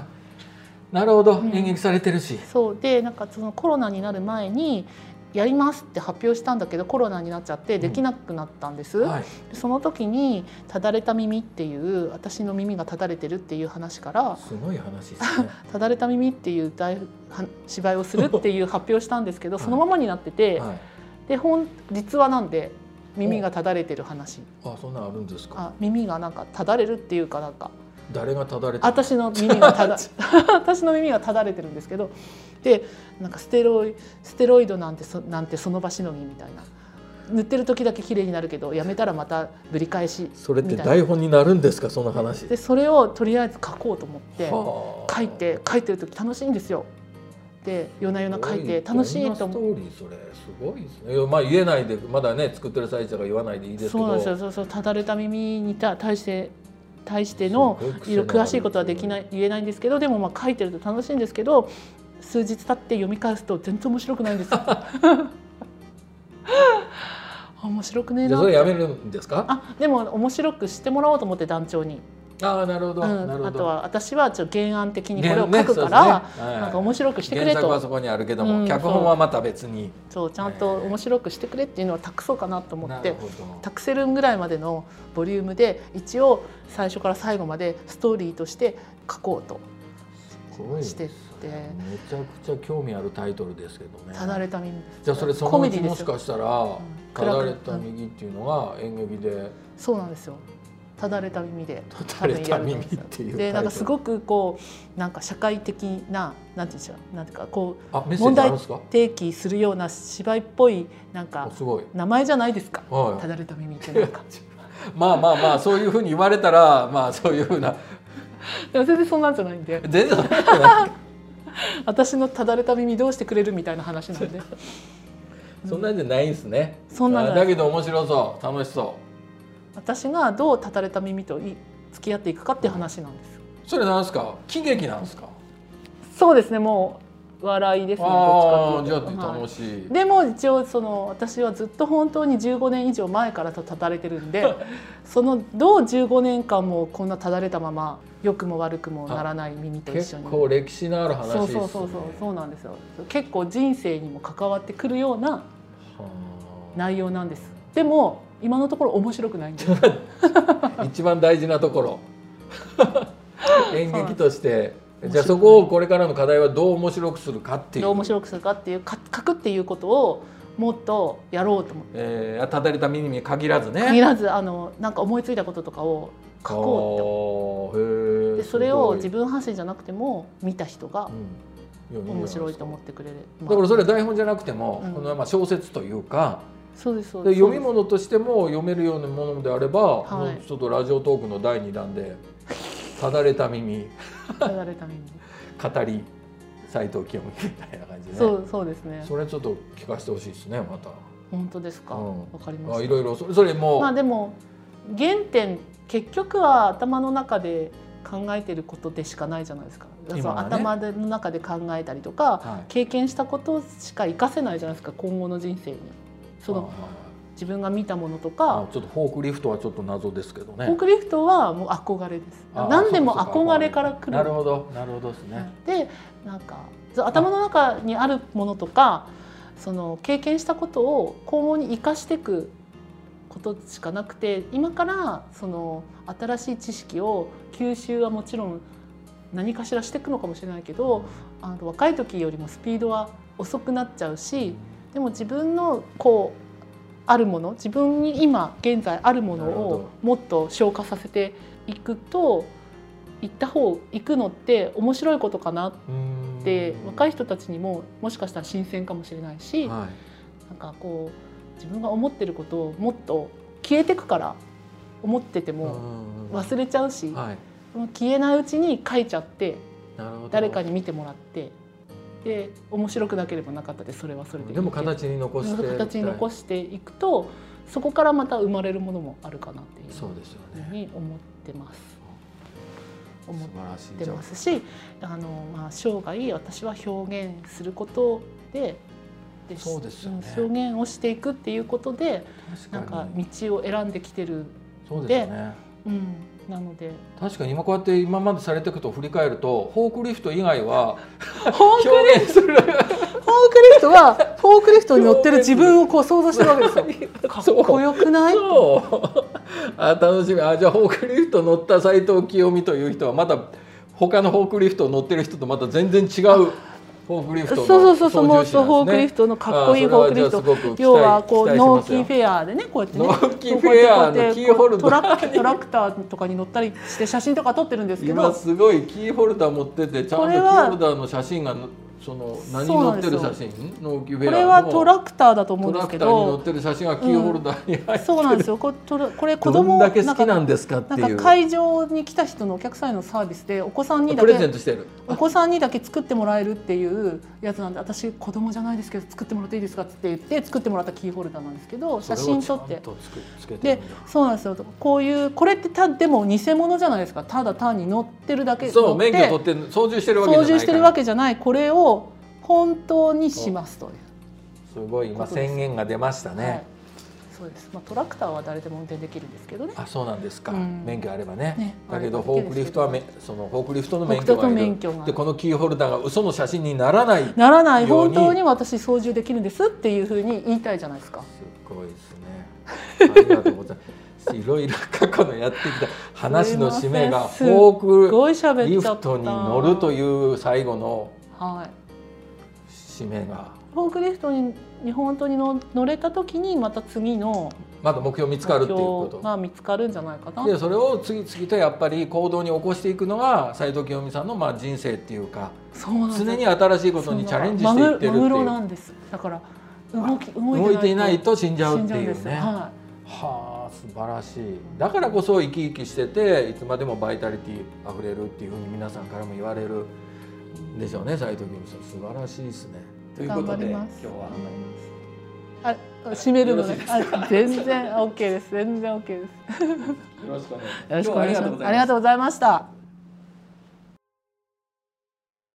[SPEAKER 1] なるほど、
[SPEAKER 2] うん
[SPEAKER 1] 演劇されてるし
[SPEAKER 2] そうでなんかそのコロナになる前にやりますって発表したんだけどコロナになっちゃってできなくなったんです。
[SPEAKER 1] はい
[SPEAKER 2] でその時に「ただれた耳」っていう私の耳がただれてるっていう話から
[SPEAKER 1] すごい話ですね
[SPEAKER 2] 「ただれた耳」っていう大は芝居をするっていう発表したんですけどそのままになってて、
[SPEAKER 1] はい
[SPEAKER 2] で本実話なんで耳がただれてる話
[SPEAKER 1] あそんなんあるんですか
[SPEAKER 2] あ耳がなんかただれるっていうかなんか
[SPEAKER 1] 誰がただれてる
[SPEAKER 2] 私の耳 がただ 私の耳がただれてるんですけどでなんかステロイステロイドなんてそなんてその場しのぎみたいな塗ってる時だけ綺麗になるけどやめたらまたぶり返し
[SPEAKER 1] それって
[SPEAKER 2] みたい
[SPEAKER 1] 台本になるんですかその話
[SPEAKER 2] でそれをとりあえず書こうと思って
[SPEAKER 1] はあ
[SPEAKER 2] 書いて書いてる時楽しいんですよ。で夜な夜な書いて楽しいと思
[SPEAKER 1] どんなストーリーそれすごいですねいやまあ言えないでまだね作ってる最中が言わないでいいですけど
[SPEAKER 2] そうなんですよそうそうただれた耳にた対して対しての
[SPEAKER 1] すごい癖の
[SPEAKER 2] いろ
[SPEAKER 1] ある
[SPEAKER 2] 詳しいことはできない言えないんですけどでもまあ書いてると楽しいんですけど数日経って読み返すと全然面白くない んですよ。面白くねえ
[SPEAKER 1] じゃ
[SPEAKER 2] な
[SPEAKER 1] あそ
[SPEAKER 2] っ
[SPEAKER 1] れ
[SPEAKER 2] て
[SPEAKER 1] やめるんですか
[SPEAKER 2] あでも面白くしてもらおうと思って団長に、
[SPEAKER 1] ああなるほど、
[SPEAKER 2] うん
[SPEAKER 1] なるほど
[SPEAKER 2] あとは私はちょっと原案的にこ
[SPEAKER 1] ね
[SPEAKER 2] れを書くか
[SPEAKER 1] ね
[SPEAKER 2] ら、
[SPEAKER 1] そうですねはい
[SPEAKER 2] なんか面白くしてくれ
[SPEAKER 1] 原作は
[SPEAKER 2] と
[SPEAKER 1] そこにあるけども、
[SPEAKER 2] うん
[SPEAKER 1] 脚本はまた別に
[SPEAKER 2] そうちゃんと面白くしてくれっていうのは託そうかなと思っ
[SPEAKER 1] な
[SPEAKER 2] て
[SPEAKER 1] るほど
[SPEAKER 2] 託せるぐらいまでのボリュームで一応最初から最後までストーリーとして書こうと
[SPEAKER 1] すごい
[SPEAKER 2] してって
[SPEAKER 1] めちゃくちゃ興味あるタイトルですけど
[SPEAKER 2] 「
[SPEAKER 1] ね
[SPEAKER 2] ただれた耳」です
[SPEAKER 1] じゃあそれそ
[SPEAKER 2] コ
[SPEAKER 1] の
[SPEAKER 2] メ
[SPEAKER 1] う
[SPEAKER 2] デ
[SPEAKER 1] ち
[SPEAKER 2] ィで
[SPEAKER 1] も
[SPEAKER 2] す
[SPEAKER 1] し
[SPEAKER 2] よ
[SPEAKER 1] かしたら「た
[SPEAKER 2] 暗く
[SPEAKER 1] だれた右」っていうのが演劇で
[SPEAKER 2] そうなんですよただれた耳で
[SPEAKER 1] 「ただれた右」っていうタイトル
[SPEAKER 2] でなんかすごくこうなんか社会的ななんていうんでしょうなんていうかこう
[SPEAKER 1] あメッセージあるんですか
[SPEAKER 2] 提起するような芝居っぽいなん
[SPEAKER 1] あ
[SPEAKER 2] か
[SPEAKER 1] すごい
[SPEAKER 2] 名前じゃないですか「
[SPEAKER 1] は
[SPEAKER 2] ただれた耳」って なんか
[SPEAKER 1] いまあまあまあそういうふうに言われたらまあそういうふうな
[SPEAKER 2] でも全然そんなんじゃないんで
[SPEAKER 1] 全然そんなこと ない
[SPEAKER 2] 私のただれた耳どうしてくれるみたいな話なんで
[SPEAKER 1] そんなんじゃないんですね
[SPEAKER 2] そんなんじ
[SPEAKER 1] あ
[SPEAKER 2] ゃない
[SPEAKER 1] だけど面白そう楽しそう
[SPEAKER 2] 私がどうたたれた耳とい付き合っていくかっていう話なんです
[SPEAKER 1] それなんですか喜劇なんですか
[SPEAKER 2] そうですねもう笑いですね
[SPEAKER 1] ああー
[SPEAKER 2] どっち
[SPEAKER 1] じゃ
[SPEAKER 2] かっていうと
[SPEAKER 1] あ
[SPEAKER 2] はい
[SPEAKER 1] 楽しい
[SPEAKER 2] でも一応その私はずっと本当に15年以上前からとたたれてるん でそのどう15年間もこんなただれたまま良くも悪くもならない耳と一
[SPEAKER 1] 結
[SPEAKER 2] 緒に
[SPEAKER 1] 構歴史のある話
[SPEAKER 2] そう
[SPEAKER 1] ですね
[SPEAKER 2] そうそうそうそうなんですよ結構人生にも関わってくるような
[SPEAKER 1] は
[SPEAKER 2] 内容なんですでも今のところ面白くないんです
[SPEAKER 1] あ一番大事なところ演劇として
[SPEAKER 2] そう
[SPEAKER 1] じゃあそこをこれからの課題はどう面白くするかっていう
[SPEAKER 2] どう面白くするかっていうか書くっていうことをもっとやろうと思って
[SPEAKER 1] えー、ただれた耳に限らずね
[SPEAKER 2] 限らずあのなんか思いついたこととかを書こ
[SPEAKER 1] こう
[SPEAKER 2] う
[SPEAKER 1] へ
[SPEAKER 2] って
[SPEAKER 1] え
[SPEAKER 2] でそれを
[SPEAKER 1] す
[SPEAKER 2] 自
[SPEAKER 1] ごい
[SPEAKER 2] 分発信じゃなくても見た人が
[SPEAKER 1] うんや
[SPEAKER 2] 面白い
[SPEAKER 1] じ
[SPEAKER 2] と
[SPEAKER 1] ゃな
[SPEAKER 2] 思っ
[SPEAKER 1] です
[SPEAKER 2] てくれる、
[SPEAKER 1] かだ
[SPEAKER 2] ま
[SPEAKER 1] から
[SPEAKER 2] あ、
[SPEAKER 1] それ台本じゃなくても、
[SPEAKER 2] うん
[SPEAKER 1] このまあ小説というか
[SPEAKER 2] そうですそうで
[SPEAKER 1] です読み物としても読めるようなものであれば、
[SPEAKER 2] はい
[SPEAKER 1] ちょっとラジオトークの第2弾 で「ただれた耳
[SPEAKER 2] 語られために、
[SPEAKER 1] 語り斎藤清美」みたいな感じで、ね、
[SPEAKER 2] そうそうですね
[SPEAKER 1] それちょっと聞かせてほしいですねまた。
[SPEAKER 2] 本当ですか
[SPEAKER 1] う
[SPEAKER 2] わ、
[SPEAKER 1] ん
[SPEAKER 2] かりま
[SPEAKER 1] あい
[SPEAKER 2] した
[SPEAKER 1] ろいろそれそれも、
[SPEAKER 2] まあでも原点結局は頭の中で考えてることでしかないじゃないですか、そ
[SPEAKER 1] 今
[SPEAKER 2] の
[SPEAKER 1] はね
[SPEAKER 2] 頭の中で考えたりとか、
[SPEAKER 1] はい
[SPEAKER 2] 経験したことしか活かせないじゃないですか今後の人生にその
[SPEAKER 1] あ
[SPEAKER 2] 自分が見たものと
[SPEAKER 1] ああ
[SPEAKER 2] か
[SPEAKER 1] ちょっとフォークリフトはちょっと謎ですけど
[SPEAKER 2] フォー
[SPEAKER 1] ね。
[SPEAKER 2] クリフトはもう憧れです
[SPEAKER 1] ああ
[SPEAKER 2] 何でも
[SPEAKER 1] そうかそうか
[SPEAKER 2] 憧れから来る
[SPEAKER 1] なるほどなるほどですね。
[SPEAKER 2] でなんかそう頭の中にあるものとかその経験したことを今後に生かしていくことしかなくて今からその新しい知識を吸収はもちろん何かしらしていくのかもしれないけどあの若い時よりもスピードは遅くなっちゃうしでも自分のこうあるもの自分に今現在あるもの
[SPEAKER 1] なるほ
[SPEAKER 2] を
[SPEAKER 1] ど
[SPEAKER 2] もっと消化させていくと行った方行くのって面白いことかなっ
[SPEAKER 1] うん
[SPEAKER 2] て若い
[SPEAKER 1] 人
[SPEAKER 2] 人たちにももしかしたら新鮮かもしれないしなん
[SPEAKER 1] はい、
[SPEAKER 2] かこう自分が思ってることをもっと消えてくから思ってても忘れちゃうし
[SPEAKER 1] はい、
[SPEAKER 2] 消えないうちに書いちゃって
[SPEAKER 1] なるほど
[SPEAKER 2] 誰かに見てもらってで面白くなければなかったでそれはそれで
[SPEAKER 1] でも形に残して
[SPEAKER 2] 形に残
[SPEAKER 1] して
[SPEAKER 2] していくとそこからまた生まれるものもあるかなっていう
[SPEAKER 1] そうですよ
[SPEAKER 2] ふう
[SPEAKER 1] ね
[SPEAKER 2] に思ってます。
[SPEAKER 1] 素
[SPEAKER 2] 思っ
[SPEAKER 1] 晴らしい
[SPEAKER 2] てますしあの、まあ、生涯私は表現することでで
[SPEAKER 1] そうですよね
[SPEAKER 2] うん表現をしていくっていうことで
[SPEAKER 1] じゃ
[SPEAKER 2] な
[SPEAKER 1] あ確か
[SPEAKER 2] んか
[SPEAKER 1] に
[SPEAKER 2] 道を選んできてる、
[SPEAKER 1] そうですよね
[SPEAKER 2] うん、なので
[SPEAKER 1] 確かに今こうやって今までされていくと振り返るとフォークリフト以外 は
[SPEAKER 2] フォーク
[SPEAKER 1] 表現する
[SPEAKER 2] フォークリフトはフォークリフトに乗ってる自分をこう想像してるわけですよ。 かっこよくない
[SPEAKER 1] そうあ楽しみあじゃあフォークリフト乗った斎藤清美という人はまた他のフォークリフト乗ってる人とまた全然違うフォークリフト
[SPEAKER 2] そ
[SPEAKER 1] の
[SPEAKER 2] うそうそうそう、もう
[SPEAKER 1] 操縦士なんですね
[SPEAKER 2] フォークリフトのかっこいいフォークリフ
[SPEAKER 1] あーそれはじゃあすご。
[SPEAKER 2] ト
[SPEAKER 1] く期待
[SPEAKER 2] 要はこう
[SPEAKER 1] 期待して
[SPEAKER 2] ノー
[SPEAKER 1] ます
[SPEAKER 2] キ
[SPEAKER 1] よ
[SPEAKER 2] ーフェアでね、こうやってね。
[SPEAKER 1] ノーキーフェアの
[SPEAKER 2] こうやって
[SPEAKER 1] キーホルダー
[SPEAKER 2] こうトラトラクターとかに乗ったりして写真とか撮ってるんですけ
[SPEAKER 1] 今
[SPEAKER 2] ど。
[SPEAKER 1] すごいキーホルダー持っててちゃんと
[SPEAKER 2] こ
[SPEAKER 1] キ
[SPEAKER 2] れ
[SPEAKER 1] ー
[SPEAKER 2] は
[SPEAKER 1] ホルダーの写真がのその何
[SPEAKER 2] そう
[SPEAKER 1] 乗
[SPEAKER 2] なん
[SPEAKER 1] っ
[SPEAKER 2] で
[SPEAKER 1] て
[SPEAKER 2] す
[SPEAKER 1] る
[SPEAKER 2] よ
[SPEAKER 1] 写真ノーキーフェ
[SPEAKER 2] こ
[SPEAKER 1] アの
[SPEAKER 2] れはトラクターだと思うん
[SPEAKER 1] ト
[SPEAKER 2] で
[SPEAKER 1] ラ
[SPEAKER 2] す
[SPEAKER 1] クタ
[SPEAKER 2] け
[SPEAKER 1] ーに乗っ
[SPEAKER 2] ど。
[SPEAKER 1] てる写真がキーホルダーに入ってる、
[SPEAKER 2] そうなんですよ。こうトラこれ子
[SPEAKER 1] ど
[SPEAKER 2] 供
[SPEAKER 1] んだけ好きな
[SPEAKER 2] なん
[SPEAKER 1] ん
[SPEAKER 2] か
[SPEAKER 1] ですかって
[SPEAKER 2] ないん
[SPEAKER 1] う
[SPEAKER 2] か会場に来た人のお客さんへのサービスでお子さんにだ
[SPEAKER 1] プレゼ
[SPEAKER 2] け
[SPEAKER 1] ントしてる
[SPEAKER 2] お子さんにだけ作ってもらえるっていうやつなんで私子供じゃないですけど作ってもらっていいですかって言って作ってもらったキーホルダーなんですけど写真撮っ
[SPEAKER 1] それを
[SPEAKER 2] て
[SPEAKER 1] ちゃんとつけつけて
[SPEAKER 2] で
[SPEAKER 1] るんだ
[SPEAKER 2] そうなんですよこういうこれってたでも偽物じゃないですかただ単に乗ってるだけ
[SPEAKER 1] そう
[SPEAKER 2] 乗っ
[SPEAKER 1] 免
[SPEAKER 2] て
[SPEAKER 1] 許取ってん操縦してるわけじゃ
[SPEAKER 2] 操
[SPEAKER 1] ないから
[SPEAKER 2] 縦してるわけじゃないこれを本当にしますという、
[SPEAKER 1] すごい今宣言が出ましたね、
[SPEAKER 2] はい、そうです、まあ、トラクターは誰でも運転できるんですけどね
[SPEAKER 1] あそうなんですか、
[SPEAKER 2] うん
[SPEAKER 1] 免許あればね
[SPEAKER 2] ね
[SPEAKER 1] だけど
[SPEAKER 2] あれ
[SPEAKER 1] フ
[SPEAKER 2] ば
[SPEAKER 1] ォークリフトはめそのフォークリフトの免許
[SPEAKER 2] フォ
[SPEAKER 1] がい
[SPEAKER 2] ーク
[SPEAKER 1] る
[SPEAKER 2] リフトの免許が
[SPEAKER 1] でこのキーホルダーが嘘の写真にならない
[SPEAKER 2] ならな
[SPEAKER 1] よ
[SPEAKER 2] い
[SPEAKER 1] う
[SPEAKER 2] 本
[SPEAKER 1] に
[SPEAKER 2] 当に私操縦できるんですっていうふうに言いたいじゃないですか
[SPEAKER 1] すごいですね。ありがとうございます。いろいろ過去のやってきた話の締めが
[SPEAKER 2] す
[SPEAKER 1] フ
[SPEAKER 2] いません
[SPEAKER 1] ォ
[SPEAKER 2] すごい
[SPEAKER 1] ークリ
[SPEAKER 2] 喋っちゃ
[SPEAKER 1] フ
[SPEAKER 2] った
[SPEAKER 1] トに乗るという最後の
[SPEAKER 2] はい
[SPEAKER 1] 締めが
[SPEAKER 2] フォークリフトにに本当にの乗れた時にまた次の
[SPEAKER 1] まだ目標見つかるっていうこ
[SPEAKER 2] が見つかるんじゃないかな
[SPEAKER 1] と。でそれを次々とやっぱり行動に起こしていくのが斉藤清美さんのまあ人生っていうか
[SPEAKER 2] そうなんです
[SPEAKER 1] 常に新しいことにチャレンジしていってるって
[SPEAKER 2] マグロ
[SPEAKER 1] い
[SPEAKER 2] な
[SPEAKER 1] うん
[SPEAKER 2] ですだから動き動
[SPEAKER 1] 動
[SPEAKER 2] い
[SPEAKER 1] いて
[SPEAKER 2] て
[SPEAKER 1] い
[SPEAKER 2] な
[SPEAKER 1] ないい
[SPEAKER 2] と
[SPEAKER 1] と死んじゃ
[SPEAKER 2] 死
[SPEAKER 1] うんっ
[SPEAKER 2] じ
[SPEAKER 1] て
[SPEAKER 2] ゃうん
[SPEAKER 1] い
[SPEAKER 2] で
[SPEAKER 1] う
[SPEAKER 2] す、
[SPEAKER 1] ね。
[SPEAKER 2] は
[SPEAKER 1] はあ素晴らしいだからこそ生き生きしてていつまでもバイタリティあふれるっていうふうに皆さんからも言われるんでしょうね斉藤君素晴らしいですね。と
[SPEAKER 2] い、
[SPEAKER 1] いうこと
[SPEAKER 2] 頑張
[SPEAKER 1] で
[SPEAKER 2] り
[SPEAKER 1] 今
[SPEAKER 2] ます
[SPEAKER 1] 日は
[SPEAKER 2] あ締めるの
[SPEAKER 1] よろしい
[SPEAKER 2] ね
[SPEAKER 1] です
[SPEAKER 2] あ全然 OK です全然 OK です
[SPEAKER 1] よろしくお願いします。
[SPEAKER 2] よろしくお願いし
[SPEAKER 1] 今日はありがとうご
[SPEAKER 2] ま
[SPEAKER 1] ざい
[SPEAKER 2] す
[SPEAKER 1] ます
[SPEAKER 2] ありがとうございました